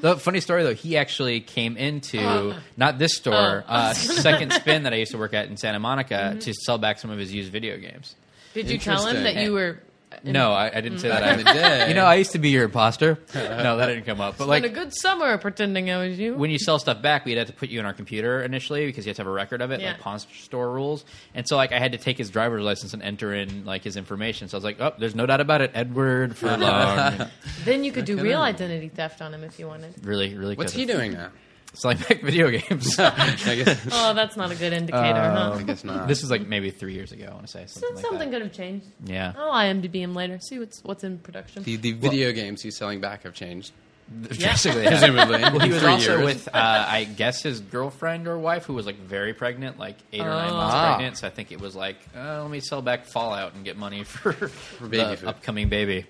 S3: the funny story though, he actually came into not this store,
S4: Uh-huh. Oh.
S3: uh, second spin that I used to work at in Santa Monica
S4: Mm-hmm.
S3: to sell back some of his used video games.
S4: Did you tell him
S5: Interesting.
S4: that you were
S3: No, I, I didn't say that.
S4: <laughs>
S5: Back in the
S3: I,
S5: day.
S3: you know, I used to be your imposter. No, that didn't come up. But
S4: in a
S3: like.
S4: good summer pretending I was you?
S3: When you sell stuff back, we'd have to put you in our computer initially because you have to have a record of it,
S4: Yeah.
S3: like pawn store rules. And so, like, I had to take his driver's license and enter in like his information. So I was like, "Oh, there's no doubt about it,
S4: <laughs>
S3: Edward Furlong."
S4: then you could do
S5: Okay,
S4: real
S5: then.
S4: identity theft on him if you wanted.
S3: really, really.
S5: What's
S3: could've.
S5: he doing <laughs> now?
S3: Selling back video
S5: <laughs>
S3: games.
S5: I guess,
S4: Oh, that's not a good indicator,
S5: I
S4: huh?
S5: guess not.
S3: This is like maybe three years ago. I want to say Oh, something.
S4: So
S3: Like
S4: <laughs> something
S3: that.
S4: Oh. could have changed.
S3: Yeah.
S4: I'll IMDb him later. See what's what's in production.
S5: the, the video games he's selling back have changed. <laughs>
S3: Basically, yeah.
S5: Presumably.
S3: Well, he was
S5: Three
S3: also
S5: years.
S3: with, uh, I guess, his girlfriend or wife, who was like very pregnant, like eight or nine
S4: Oh.
S3: months
S5: Ah.
S3: pregnant. So I think it was like, uh, let me sell back Fallout and get money for,
S5: baby
S3: the
S5: food.
S3: upcoming
S4: <laughs>
S3: baby.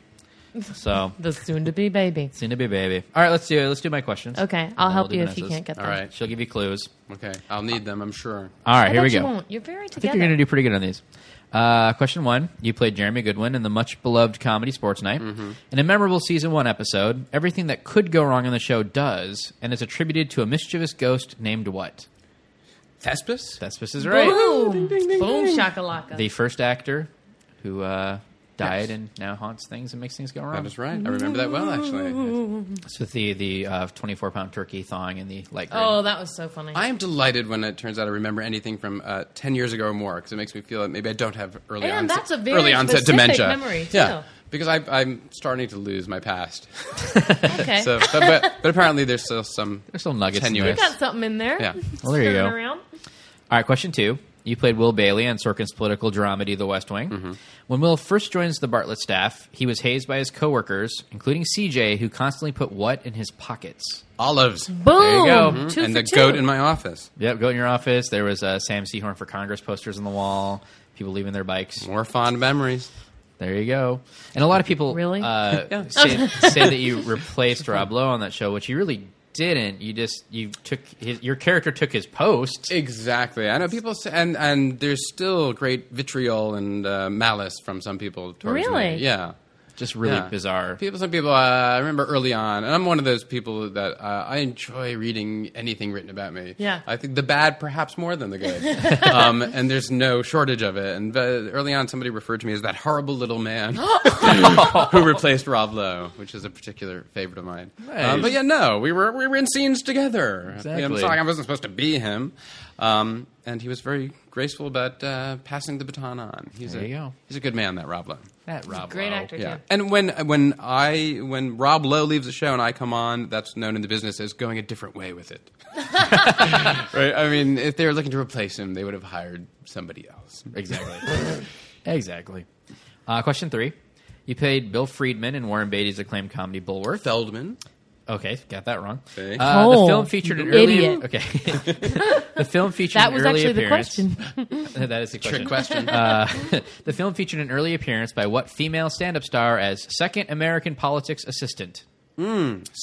S3: So
S4: The soon-to-be baby.
S3: soon to be baby. All right, let's do it. Let's do my questions.
S4: Okay,
S3: And
S4: I'll
S3: then
S4: help
S3: we'll do
S4: you if you
S3: Vanessa's.
S4: can't get
S5: All
S4: that.
S5: right.
S3: She'll give you clues.
S5: Okay, I'll need them, I'm sure.
S3: All right,
S4: I
S3: here
S4: bet
S3: we
S4: you
S3: go.
S4: won't. You're very
S3: I think you're
S4: together.
S3: going to do pretty good on these. Uh, question one: You played Jeremy Goodwin in the much beloved comedy Sports Night.
S5: Mm-hmm.
S3: In a memorable season one episode, everything that could go wrong on the show does, and is attributed to a mischievous ghost named what?
S5: Thespis?
S3: Thespis is right.
S4: Boom, boom, shakalaka.
S3: The first actor who uh, died and now haunts things and makes things go
S5: That
S3: wrong.
S5: is right. I remember that well, <laughs> actually.
S3: It's with the the uh, twenty four pound turkey thawing and the light green.
S4: oh, that was so funny.
S5: I am delighted when it turns out I remember anything from uh, 10 years ago or more because it makes me feel that maybe I don't have early
S4: And
S5: onset,
S4: that's a very
S5: early onset
S4: specific
S5: dementia.
S4: memory, too.
S5: Yeah, because I, I'm starting to lose my past.
S4: okay,
S5: So, but, but, but apparently there's still some.
S3: There's still nuggets. in
S5: Tenuous.
S3: there.
S4: got something in there.
S5: Yeah.
S3: Well, there you
S4: Stirring
S3: go.
S4: Around.
S3: All right, question two. You played Will Bailey on Sorkin's political dramedy, The West Wing. When Will first joins the Bartlett staff, he was hazed by his coworkers, including CJ, who constantly put what in his pockets.
S4: <laughs>
S5: Olives.
S4: Boom.
S3: go.
S4: Two
S5: Mm-hmm. and
S4: for
S5: the
S4: two.
S5: goat in my office.
S3: Yep, go in your office. There was uh, Sam Seahorn for Congress posters on the wall. People leaving their bikes.
S5: More fond memories.
S3: There you go. And a lot of people
S4: Really? <laughs>
S3: uh, <laughs> say, say that you replaced Rob Lowe on that show, which you really didn't. You just you took his, your character took his post.
S5: Exactly. I know people say, and and there's still great vitriol and uh, malice from some people towards
S4: Really?
S5: me. Yeah.
S3: Just really
S5: Yeah.
S3: bizarre.
S5: People, some people. Uh, I remember early on, and I'm one of those people that uh, I enjoy reading anything written about me.
S4: Yeah.
S5: I think the bad perhaps more than the
S3: <laughs>
S5: good, um, and there's no shortage of it. And uh, early on, somebody referred to me as that horrible
S3: <gasps>
S5: little man who replaced Rob Lowe, which is a particular favorite of mine.
S3: Nice.
S5: Um, but yeah, no, we were we were in scenes together. I'm
S3: Exactly.
S5: sorry, I wasn't supposed to be him. Um, and he was very graceful about uh, passing the baton on. He's
S3: There
S5: a,
S3: you go.
S5: He's a good man, that Rob Lowe.
S3: That Rob
S4: Great
S3: Lowe.
S4: actor,
S5: Yeah.
S4: too.
S5: And when when I when Rob Lowe leaves the show and I come on, that's known in the business as going a different way with <laughs> it. right? I mean, if they were looking to replace him, they would have hired somebody else.
S4: <laughs>
S3: Exactly. exactly. Uh, question three. You played Bill Friedman in Warren Beatty's acclaimed comedy Bulworth.
S5: Feldman.
S3: Okay, got that wrong.
S5: Okay.
S3: Uh,
S4: Oh,
S3: the film featured an
S4: you
S3: early.
S4: idiot.
S3: <laughs> Okay. the film featured
S4: That
S3: an
S4: was
S3: early
S4: actually the
S3: appearance. <laughs>
S4: question.
S3: that is the question. Uh,
S5: Trick question.
S3: <laughs> The film featured an early appearance by what female stand-up star as second American politics assistant?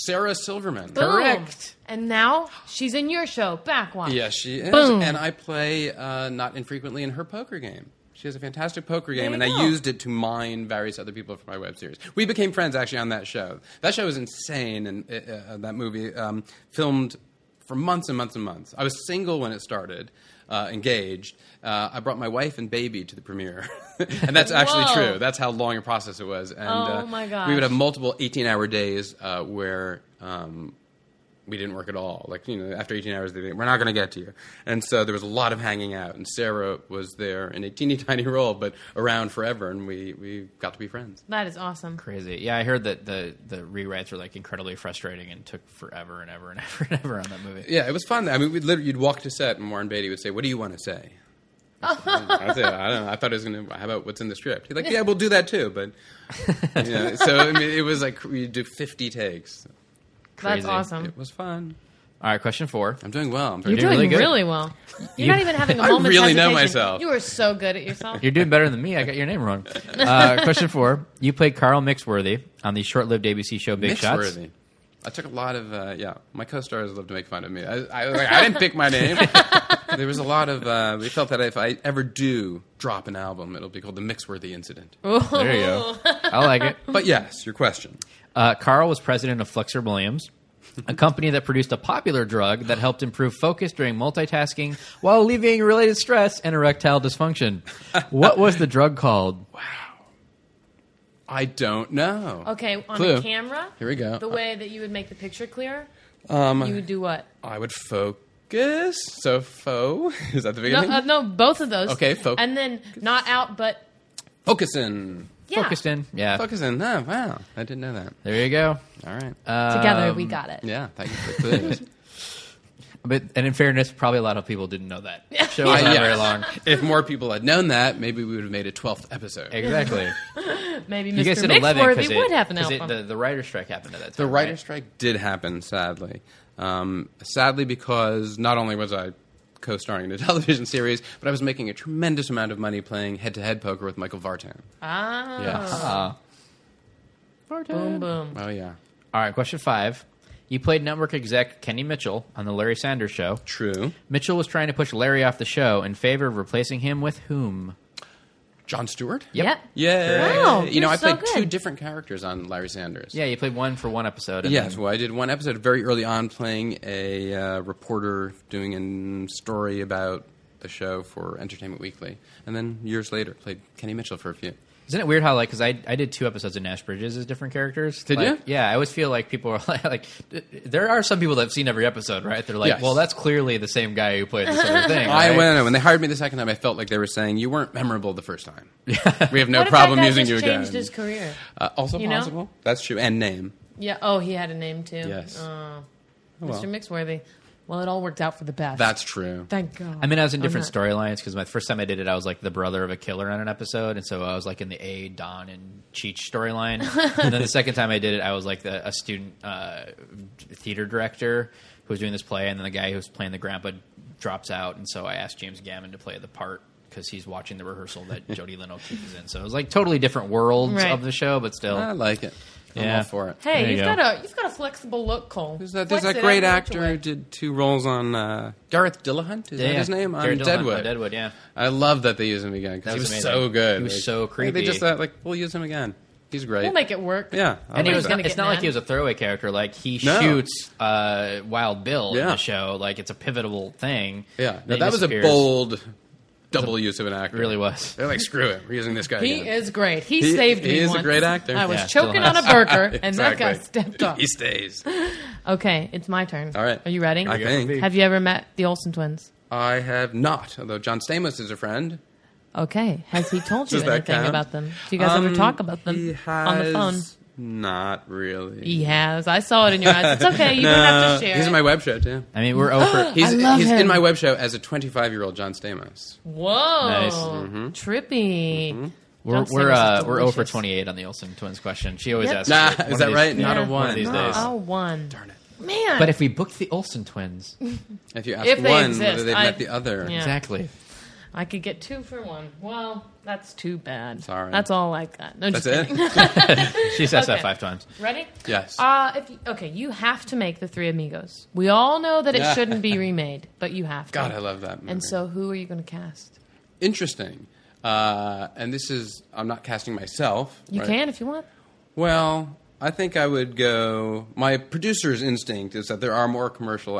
S5: Sarah Silverman.
S4: Boom.
S3: Correct.
S4: And now she's in your show, Backwatch.
S5: Yes, she is. And I play uh, not infrequently in her poker game. She has a fantastic poker game,
S4: you
S5: and
S4: go.
S5: I used it to mine various other people for my web series. We became friends actually on that show. That show was insane, and uh, uh, that movie um, filmed for months and months and months. I was single when it started, uh, engaged. Uh, I brought my wife and baby to the premiere, <laughs> and that's actually
S4: Whoa.
S5: true. That's how long a process it was. And
S4: Oh,
S5: uh,
S4: my
S5: we
S4: gosh.
S5: would have multiple eighteen-hour days uh, where. Um, we didn't work at all. Like, you know, after 18 hours, they didn't, we're not going to get to you. And so there was a lot of hanging out, and Sarah was there in a teeny <laughs> tiny role, but around forever, and we, we got to be friends.
S4: That is awesome.
S3: Crazy. Yeah, I heard that the the rewrites were like incredibly frustrating and took forever and ever and <laughs> ever and ever on that movie.
S5: Yeah, it was fun. I mean, we'd literally, you'd walk to set, and Warren Beatty would say, What do you want to say? I said, I don't know. I thought it was going to, how about what's in the script? He's like, Yeah, we'll do that too.
S4: <laughs>
S5: But, you know, so I mean, it was like, we do 50 takes.
S3: Crazy.
S4: That's awesome.
S5: It was fun.
S3: All right, question four.
S5: I'm doing well. I'm very
S4: You're
S3: You're
S4: doing
S3: really
S4: really,
S3: good.
S4: well.
S3: You-
S4: You're not even having a
S5: <laughs> I
S4: moment.
S5: really know
S4: hesitation.
S5: myself.
S4: You are so good at yourself.
S3: You're doing better than me. I got your name wrong. Uh, question four. You played Carl Mixworthy on the short-lived ABC show Big Shots.
S5: Mixworthy. I took a lot of uh, yeah. My co-stars love to make fun of me. I, I, like, I didn't pick
S3: <laughs>
S5: my name. there was a lot of uh, we felt that if I ever do drop an album, it'll be called the Mixworthy Incident.
S3: There you go. <laughs> I like it.
S5: But yes, your question.
S3: Uh, Carl was president of Flexor Williams, a company that produced a popular drug that helped improve focus during multitasking while alleviating related stress and erectile dysfunction. What was the drug called?
S5: I don't know.
S4: Okay, on
S5: Clue.
S4: the camera.
S5: Here we go.
S4: The way that you would make the picture clear.
S5: Um,
S4: You would do what?
S5: I would focus. So fo <laughs> is that the
S4: No,
S5: beginning?
S4: uh, no, both of those.
S5: Okay, focus.
S4: And then not out, but
S5: Focusin.
S4: yeah.
S3: Focused in. Yeah.
S5: Focusin. Oh wow, I didn't know that.
S3: There you go.
S5: All right.
S4: Together,
S3: Um,
S4: we got it.
S5: yeah, thank you for the
S3: <laughs>
S5: clues.
S3: But and in fairness, probably a lot of people didn't know that. Show
S5: Uh,
S3: was
S5: <laughs>
S3: not
S5: yes.
S3: very long.
S5: if more people had known that, maybe we would have made a twelfth episode.
S3: Exactly.
S4: Maybe
S3: you
S4: Mr.
S3: guys said eleven
S4: Mixworthy
S3: it-
S4: would have an
S3: 'cause it-
S4: album.
S3: the, the writer's strike happened at that time.
S5: The writer's
S3: right?
S5: strike did happen, sadly. Um, sadly, because not only was I co starring in a <laughs> television series, but I was making a tremendous amount of money playing head to head poker with Michael Vartan.
S4: ah.
S3: Ah.
S4: Boom, boom.
S5: Oh, yeah.
S3: All right, question five. You played network exec Kenny Mitchell on the Larry Sanders Show.
S5: True.
S3: Mitchell was trying to push Larry off the show in favor of replacing him with whom?
S5: John Stewart?
S4: Yep.
S5: Yeah.
S4: Wow,
S5: you know,
S4: you're
S5: I
S4: so
S5: played
S4: good.
S5: two different characters on Larry Sanders.
S3: Yeah, you played one for one episode. And
S5: Yes,
S3: then-
S5: well, I did one episode very early on playing a uh, reporter doing a story about the show for Entertainment Weekly. And then years later, played Kenny Mitchell for a few.
S3: Isn't it weird how, like, because I, I did two episodes of Nash Bridges as different characters?
S5: Did
S3: Like,
S5: you?
S3: Yeah, I always feel like people are <laughs> like, like, there are some people that have seen every episode, right? They're like,
S5: Yes.
S3: well, that's clearly the same guy who played this other thing.
S5: <laughs> I
S3: right?
S5: went when they hired me the second time. I felt like they were saying you weren't memorable the
S3: <laughs>
S5: first time. we have no
S4: what
S5: problem
S4: if that guy
S5: using
S4: just
S5: you again.
S4: changed his career?
S5: Uh, also
S4: You know?
S5: possible. That's true. And name.
S4: Yeah. Oh, he had a name too.
S5: Yes.
S4: Oh,
S5: well.
S4: Mr. Mixworthy. Well, it all worked out for the best.
S5: That's true.
S4: thank God.
S3: I mean, I was in
S4: I'm
S3: different
S4: not-
S3: storylines because my first time I did it, I was like the brother of a killer on an episode, and so I was like in the A Don and Cheech storyline. and then the second time I did it, I was like the, a student uh, theater director who was doing this play, and then the guy who was playing the grandpa drops out, and so I asked James Gammon to play the part because he's watching the rehearsal that Jodie Lynn O'Keefe is in. So it was like totally different worlds
S4: Right.
S3: of the show, but still,
S5: I like it. I'm
S3: Yeah.
S5: all for it.
S4: Hey,
S3: There you
S4: you've
S3: go.
S4: got a you've got a flexible look, Cole.
S5: There's that,
S4: Flex
S5: there's that
S4: it
S5: great
S4: every which
S5: actor who
S4: way.
S5: did two roles on uh, Gareth Dillahunt. Is
S3: Yeah,
S5: that his
S3: yeah.
S5: name? On
S3: Jared Dillon
S5: Deadwood.
S3: on Deadwood, yeah.
S5: I love that they use him again because
S3: That
S5: he
S3: was
S5: was
S3: amazing.
S5: so good.
S3: He was
S5: Like,
S3: so
S5: They
S3: creepy.
S5: just thought, like we'll use him again. He's great.
S4: We'll make it work.
S5: Yeah.
S3: And he
S5: I'll
S3: was,
S5: make
S4: gonna
S3: it's
S4: get
S3: not like
S4: mad.
S3: he was a throwaway character. Like he
S5: No.
S3: shoots uh, Wild Bill in
S5: Yeah.
S3: the show. Like it's a pivotal thing.
S5: that. Yeah.
S3: And
S5: Now,
S3: he
S5: that was a
S3: disappears.
S5: bold double use of an actor.
S3: It really was.
S5: They're like, screw it. We're using this guy.
S4: He
S5: again.
S4: is great. He,
S5: He-
S4: saved
S5: he
S4: me.
S5: is a
S4: once.
S5: great actor.
S4: I was
S3: Yeah, still
S4: choking on a
S3: has.
S4: burger,
S5: <laughs>
S4: and that guy
S5: Exactly.
S4: stepped
S5: <laughs>
S4: up.
S5: He stays.
S4: Okay, it's my turn.
S5: All right.
S4: Are you ready?
S5: I think.
S4: Have you ever met the Olsen twins?
S5: I have not, although John Stamos is a friend.
S4: Okay. Has he told you
S5: Does that
S4: anything
S5: count?
S4: about them? Do you guys ever
S5: Um,
S4: talk about them
S5: he
S4: on the phone?
S5: has Not really.
S4: He has. I saw it in your eyes. It's okay. You don't have to share.
S5: He's
S4: it.
S5: in my web show too.
S3: I mean, we're
S4: <gasps>
S3: over.
S4: I
S5: He's,
S4: love
S5: he's
S4: him.
S5: in my web show as a 25 year old John Stamos.
S4: Whoa.
S3: Nice.
S5: Mm-hmm.
S4: Trippy.
S3: We're
S4: Don't say
S3: we're
S4: this is
S3: uh, we're over
S4: delicious.
S3: twenty eight on the Olsen twins question. She always
S4: Yep.
S3: asks.
S5: Nah,
S3: us one
S5: is
S3: of
S5: that
S3: these-
S5: right? Not a
S4: Yeah.
S5: one.
S3: of these
S4: Not
S3: days.
S4: a one.
S5: Darn it.
S4: Man.
S3: But if we book the Olsen twins,
S5: If you ask
S4: If they
S5: one
S4: exist,
S5: whether they've
S4: I-
S5: met the other,
S4: Yeah.
S3: exactly.
S4: <laughs> I could get two for one. Well, that's too bad.
S5: Sorry.
S4: That's all I got. No,
S5: that's
S4: just
S5: it.
S4: <laughs>
S3: She says that
S4: Okay.
S3: five times.
S4: Ready?
S5: Yes.
S4: Uh, if you, okay, you have to make the Three Amigos. We all know that it
S5: Yeah.
S4: shouldn't
S5: <laughs>
S4: be remade, but you have to.
S5: God, I love that movie.
S4: And so, who are you going to cast?
S5: interesting. Uh, and this is I'm not casting myself.
S4: You
S5: right?
S4: can if you want.
S5: Well, I think I would go. My producer's instinct is that there are more commercial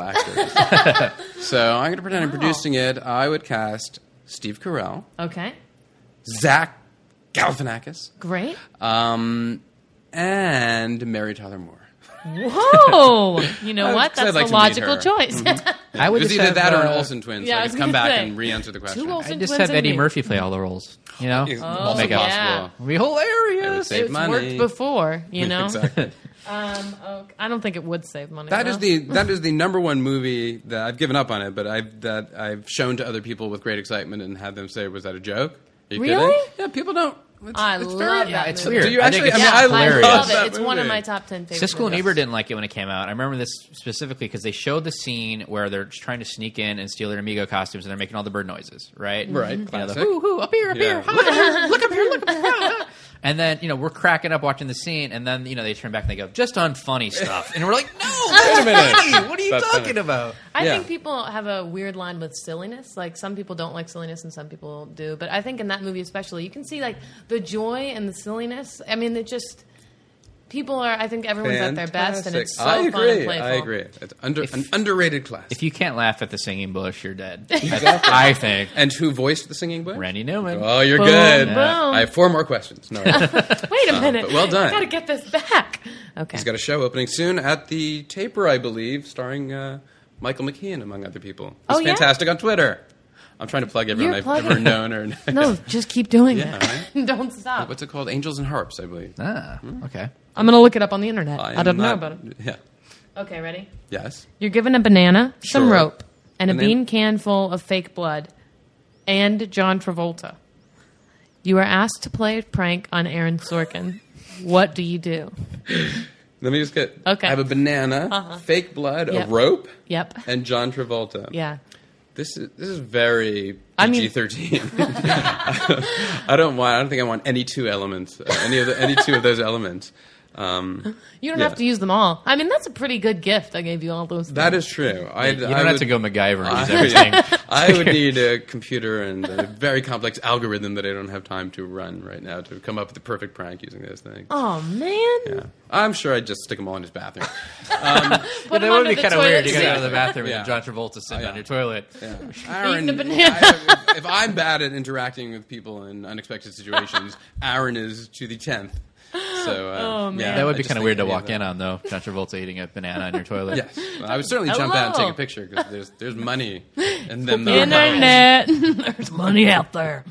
S4: <laughs>
S5: actors, so I'm going to pretend I'm
S4: Wow.
S5: producing it. I would cast Steve Carell,
S4: Okay,
S5: Zach Galifianakis,
S4: great.
S5: um, and Mary Tyler Moore.
S4: Whoa! You
S5: <laughs>
S4: know
S5: Uh,
S4: what?
S5: 'cause I'd
S4: That's
S5: like
S4: the
S5: to meet
S4: logical
S5: her. Mm-hmm.
S4: choice. <laughs>
S3: I would
S5: it was
S3: just
S5: either
S3: have,
S5: that or an
S3: uh,
S5: Olsen twins.
S4: yeah, I
S5: so I
S4: was
S5: could
S4: gonna
S5: come back
S4: say.
S5: and re-answer the question.
S4: Two
S3: I
S4: Olsen
S3: just
S4: twins
S3: have
S4: and
S3: Eddie
S4: me. Oh,
S3: Murphy play all the roles. You know,
S5: It's
S3: We'll
S5: also
S3: make it
S4: yeah.
S5: possible.
S3: It'd be hilarious.
S5: Save
S4: it's
S5: money.
S4: worked before,
S5: <laughs>
S4: you know.
S5: exactly.
S4: Um, oh, <laughs> I don't think it would save money.
S5: That
S4: though.
S5: is the that is the number one movie that I've given up on it, but I've that I've shown to other people with great excitement and had them say, "Was that a joke?" Are you
S4: Really?
S5: kidding?" Yeah, people don't. It's,
S4: I
S5: it's
S4: love
S5: very-
S4: that
S3: Yeah, it's
S4: movie.
S3: weird.
S5: Do you
S3: I think
S5: actually- I
S3: it's
S5: mean,
S4: Yeah, I,
S3: hilarious.
S4: love it.
S5: That
S4: It's one of
S5: movie.
S4: my top ten favorites.
S3: Siskel and Ebert didn't like it when it came out. I remember this specifically because they showed the scene where they're trying to sneak in and steal their amigo costumes, and they're making all the bird noises, right?
S5: Right,
S3: You know, the
S5: classic.
S3: hoo hoo, up here, up here,
S5: Yeah.
S3: hi, look up here, look up here, look up here. ah. And then you know we're cracking up watching the scene, and then you know they turn back and they go just on funny stuff, and we're like,
S4: <laughs>
S5: <laughs>
S3: no,
S5: Wait a minute.
S3: hey, what are you
S5: That's
S3: talking
S5: funny.
S3: about?
S4: I
S5: Yeah.
S4: think people have a weird line with silliness. Like some people don't like silliness, and some people do. But I think in that movie especially, you can see like the joy and the silliness. I mean, it just people are. I think everyone's at their best, and it's so
S5: I agree.
S4: fun and playful.
S5: I agree. It's under, an underrated class.
S3: If you can't laugh at the singing bush, you're dead. That's- I think
S5: and who voiced the singing boy?
S3: Randy Newman.
S5: Oh, you're
S4: Boom,
S5: good.
S4: boom.
S5: I have four more questions. No,
S4: <laughs>
S5: he's
S4: Wait a minute.
S5: Uh, but well
S4: <laughs>
S5: done.
S4: I gotta get this back. Okay.
S5: got a show opening soon at the Taper, I believe, starring uh, Michael McKean among other people. It's
S4: Oh, yeah?
S5: fantastic on Twitter. I'm trying to plug everyone
S4: You're
S5: I've
S4: plugging-
S5: ever known or
S4: <laughs>
S5: <laughs>
S4: no, just keep doing
S5: Yeah,
S4: it. <laughs> don't stop.
S5: What's it called? Angels and Harps, I believe.
S3: ah, okay.
S4: I'm gonna look it up on the internet. I,
S5: am
S4: don't know
S5: not-
S4: about it.
S5: Yeah.
S4: Okay, ready?
S5: Yes.
S4: You're given a banana, some
S5: Sure.
S4: rope, and a
S5: And then-
S4: bean can full of fake blood, and John Travolta. You are asked to play a prank on Aaron Sorkin. what do you do?
S5: Let me just get.
S4: Okay.
S5: I have a banana,
S4: Uh-huh.
S5: fake blood,
S4: Yep.
S5: a rope,
S4: Yep. <laughs>
S5: and John Travolta.
S4: Yeah.
S5: This is this is very
S4: I mean-
S5: PG thirteen.
S4: <laughs>
S5: <laughs> I don't want. I don't think I want any two elements. uh, Any of the, any two of those elements. Um,
S4: You don't
S5: Yeah.
S4: have to use them all. I mean, that's a pretty good gift. I gave you all those.
S5: that is true. I,
S3: You don't
S5: I
S3: have
S5: would,
S3: to go MacGyver
S5: <laughs>
S3: and use
S5: I-
S3: everything.
S5: I would need a computer and a very complex algorithm that I don't have time to run right now to come up with the perfect prank using those things.
S4: Oh man!
S5: Yeah. I'm sure I'd just stick them all in
S3: <laughs>
S5: his bathroom.
S4: Put
S3: that
S4: him
S3: would
S4: under
S3: be
S4: the
S3: kind of
S4: toilet
S3: weird. You
S4: seat.
S3: got out of the bathroom
S5: Yeah. Oh,
S3: and John Travolta sitting
S5: yeah.
S3: on your toilet.
S5: <laughs> Aaron,
S4: a banana.
S5: I- if I'm bad at interacting with people in
S4: <laughs>
S5: unexpected situations, Aaron is to the tenth. So uh,
S4: Oh, man.
S5: yeah,
S3: That would
S5: I
S3: be
S5: just
S3: kind of
S5: think
S3: weird to
S5: any of
S3: walk
S5: them-
S3: in on, though. John Travolta eating a banana
S5: <laughs>
S3: on your toilet.
S5: Yes, I would certainly jump out and
S4: Hello.
S5: take a picture because there's there's money in them. that are mine.
S4: Internet, <laughs> there's money out
S5: <laughs>
S4: there.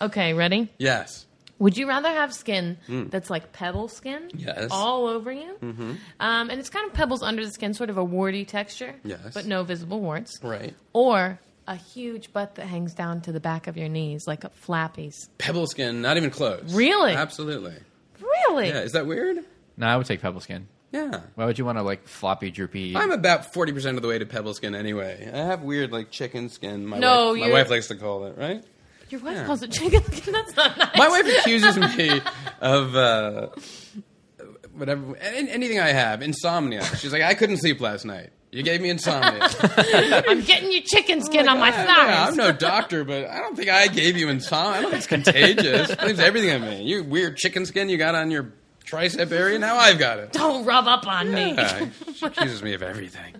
S4: Okay, ready?
S5: Yes,
S4: Would you rather have skin that's like pebble skin,
S5: Hmm. Yes.
S4: all over you, mm-hmm. um, and it's kind of pebbles under the skin, sort of a warty texture,
S5: Yes.
S4: but no visible warts,
S5: right.
S4: or a huge butt that hangs down to the back of your knees, like a flappies?
S5: Pebble skin, not even close.
S4: Really?
S5: Absolutely.
S4: Really?
S5: Yeah. Is that weird?
S3: No, I would take pebble skin.
S5: Yeah.
S3: Why would you want to like floppy, droopy?
S5: I'm about forty percent of the way to pebble skin anyway. I have weird like chicken skin. My
S4: No,
S5: wife, my
S4: you're-
S5: wife likes to call it right.
S4: Your wife
S5: Yeah.
S4: calls it chicken <laughs> skin. That's not nice.
S5: My wife accuses me of uh, whatever an- anything I have insomnia. She's like, I couldn't sleep last night. You gave
S4: <laughs>
S5: me insomnia.
S4: <laughs> I'm getting you chicken skin on my thighs.
S5: Oh Yeah, I'm no doctor, but I don't think I gave you insomnia. I don't think it's contagious. It believes everything in me. You weird chicken skin you got on your tricep area. Now I've got it.
S4: Don't rub up on me.
S5: Yeah, she accuses me of everything.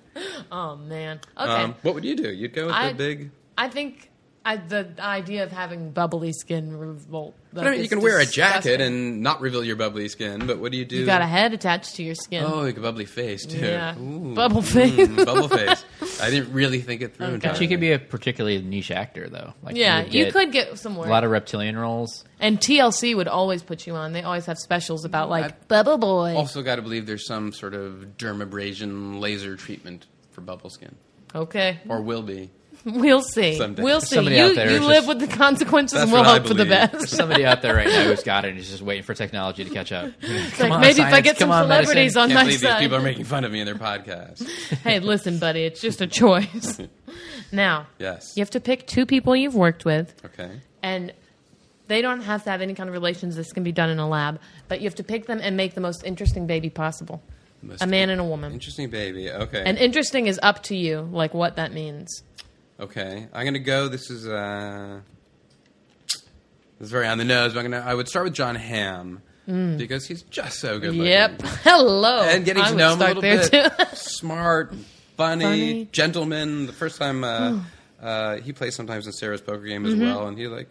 S4: Oh man. Okay.
S5: Um, what would you do? You'd go with
S4: I-
S5: the big.
S4: I think I, the idea of having bubbly skin revolt.
S5: I mean, you can wear a jacket and not reveal your bubbly skin, but what do you do?
S4: you got a head attached to your skin.
S5: Oh, like a bubbly face too.
S4: Yeah.
S5: Ooh.
S4: Bubble face.
S5: Mm, bubble face. I didn't really think it through.
S4: Okay.
S5: entirely.
S3: She could be a particularly niche actor, though. Like,
S4: <laughs> yeah,
S3: would
S4: you
S3: get
S4: could get some
S3: a
S4: work.
S3: lot of reptilian roles.
S4: and TLC would always put you on. They always have specials about like
S5: I've-
S4: Bubble Boy.
S5: Also, got to believe there's some sort of dermabrasion laser treatment for bubble skin,
S4: okay,
S5: or will be.
S4: we'll see.
S5: Someday.
S4: We'll see.
S3: Somebody
S4: you
S3: out there
S4: you
S3: is
S4: live
S3: just-
S4: with the consequences,
S5: That's
S4: and we'll
S5: what I
S4: hope for the
S5: believe.
S4: best.
S3: Somebody out there right now who's got it and is just waiting for technology to catch up.
S4: It's like, maybe if I get some celebrities on
S5: Can't
S4: my
S5: believe these people are
S4: side.
S5: making fun of me in
S4: <laughs>
S5: their podcast.
S4: hey,
S5: <laughs>
S4: listen, buddy, it's just a choice. now,
S5: Yes.
S4: you have to pick two people you've worked with
S5: Okay.
S4: and they don't have to have any kind of relations. This can be done in a lab, but you have to pick them and make the most interesting baby possible.
S5: Most
S4: a man and a woman.
S5: Interesting baby. Okay.
S4: And interesting is up to you, like what that means.
S5: okay. I'm gonna go. This is uh, this is very on the nose. But I'm gonna. I would start with John Hamm because he's just so good. looking.
S4: Mm. Yep. <laughs> Hello.
S5: and getting
S4: I
S5: to
S4: would
S5: know him a
S4: start
S5: little
S4: there,
S5: bit.
S4: too. <laughs>
S5: Smart, funny,
S4: Funny.
S5: gentleman. The first time uh, uh, he plays sometimes in Sarah's poker game
S4: Mm-hmm.
S5: as well, and he like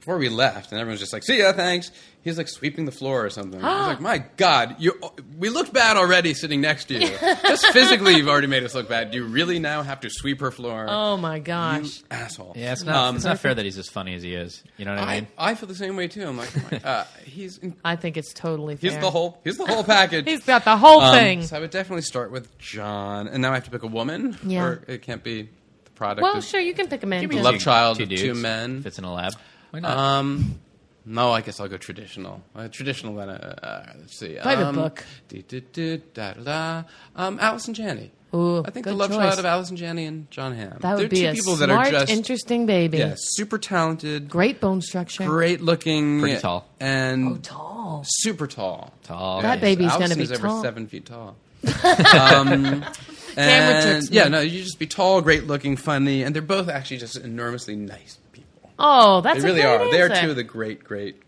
S5: before we left, and everyone's just like, "See ya, thanks." He's like sweeping the floor or something.
S4: <gasps>
S5: I was like, "My God, you we looked bad already sitting next
S4: <laughs>
S5: to you. just physically, you've already made us look bad. Do you really now have to sweep her floor?"
S4: oh my
S5: You
S4: gosh.
S5: asshole.
S3: Yeah, it's not, it's not fair that he's as funny as he is. You know what I
S5: Um, I,
S3: mean?
S5: I feel the same way too. I'm like,
S3: <laughs>
S5: oh my- uh, he's
S4: I think it's totally fair.
S5: he's the whole he's the whole
S4: <laughs>
S5: package.
S4: He's got the whole
S5: Um,
S4: thing.
S5: So I would definitely start with John, and now I have to pick a woman.
S4: Yeah.
S5: or it can't be the product.
S4: well,
S5: of,
S4: sure, you can pick a man.
S5: me
S4: too.
S5: love child,
S3: dudes,
S5: two men.
S3: If it's in a lab, why not?
S5: Um, no, I guess I'll go traditional. Uh, traditional then. Uh, uh, let's see.
S4: By the
S5: um,
S4: book.
S5: dee, dee, dee, da, da, da. Um, Alice and Janney.
S4: Ooh,
S5: I think
S4: good
S5: the love
S4: choice.
S5: child of Alice and Janney and John Hamm.
S4: That
S5: They're
S4: would be
S5: two
S4: a
S5: people
S4: smart,
S5: that are just
S4: interesting baby.
S5: yeah, super talented,
S4: Great bone structure.
S5: great looking,
S3: Pretty tall.
S5: and
S4: Oh, tall.
S5: super tall.
S3: Tall.
S4: That
S5: Yeah,
S4: baby's
S5: Allison
S4: gonna be
S5: is over
S4: tall.
S5: seven feet tall. um, and-
S4: tricks me.
S5: yeah, no, you just be tall, great looking, funny, and they're both actually just enormously nice people.
S4: Oh, that's
S5: They
S4: a
S5: really
S4: great
S5: are. They are
S4: answer.
S5: two of the great, great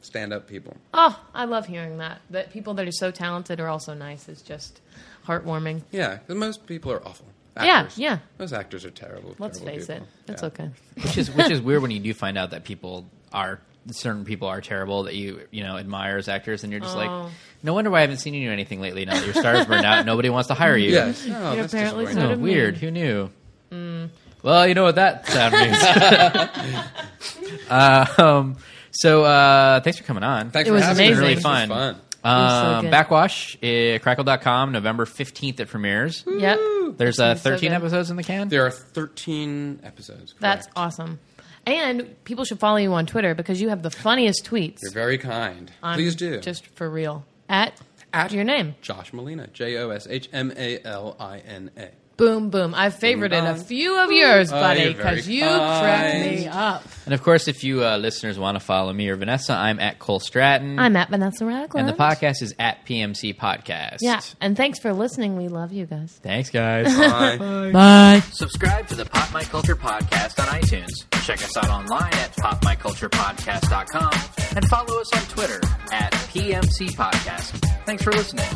S5: stand-up people.
S4: Oh, I love hearing that. That people that are so talented are also nice is just heartwarming.
S5: Yeah, 'cause most people are awful.
S4: Yeah,
S5: Actors.
S4: yeah.
S5: Most actors are terrible.
S4: Let's
S5: terrible
S4: face
S5: people.
S4: it. It's
S5: Yeah.
S4: okay.
S3: which is which is weird when you do find out that people are certain people are terrible that you you know admire as actors and you're just
S4: Oh.
S3: like no wonder why I haven't seen you in anything lately now that your stars burned out and nobody wants to hire you.
S5: Yes. No,
S4: You're
S5: Oh, that's
S4: apparently
S5: disappointing.
S4: sort
S3: Oh,
S4: of
S3: weird.
S4: mean.
S3: Who knew? Well, you know what that sound means.
S5: <laughs>
S3: uh, <laughs> um, so uh, thanks for coming on.
S5: Thanks
S4: It
S5: for
S4: was
S5: having me.
S4: amazing. Really
S5: This was
S3: fun.
S5: fun.
S3: Um,
S4: It was so good.
S3: Backwash, uh, crackle.com, November 15th it premieres.
S4: Yep.
S3: There's uh,
S4: It's so
S3: 13
S4: good.
S3: episodes in the can.
S5: There are 13 episodes.
S4: That's
S5: correct.
S4: awesome. And people should follow you on Twitter because you have the funniest tweets.
S5: You're very kind.
S4: I'm
S5: Please do.
S4: Just for real. At,
S5: At-
S4: your name.
S5: Josh Molina. J O S H M A L I N A. <laughs>
S4: Boom, boom. I favorited a
S5: Boom.
S4: few of yours,
S5: Oh,
S4: buddy,
S5: you're very
S4: because you
S5: kind.
S4: cracked me up.
S3: And of course, if you uh, listeners want to follow me or Vanessa, I'm at Cole Stratton.
S4: I'm at Vanessa
S3: and
S4: Ragland.
S3: the podcast is at PMC Podcast.
S4: Yeah. And thanks for listening. We love you guys.
S3: Thanks, guys.
S4: <laughs>
S5: Bye.
S4: Bye.
S2: Uh, Subscribe to the Pop My Culture Podcast on iTunes. Check us out online at popmyculturepodcast.com and follow us on Twitter at PMC Podcast. Thanks for listening.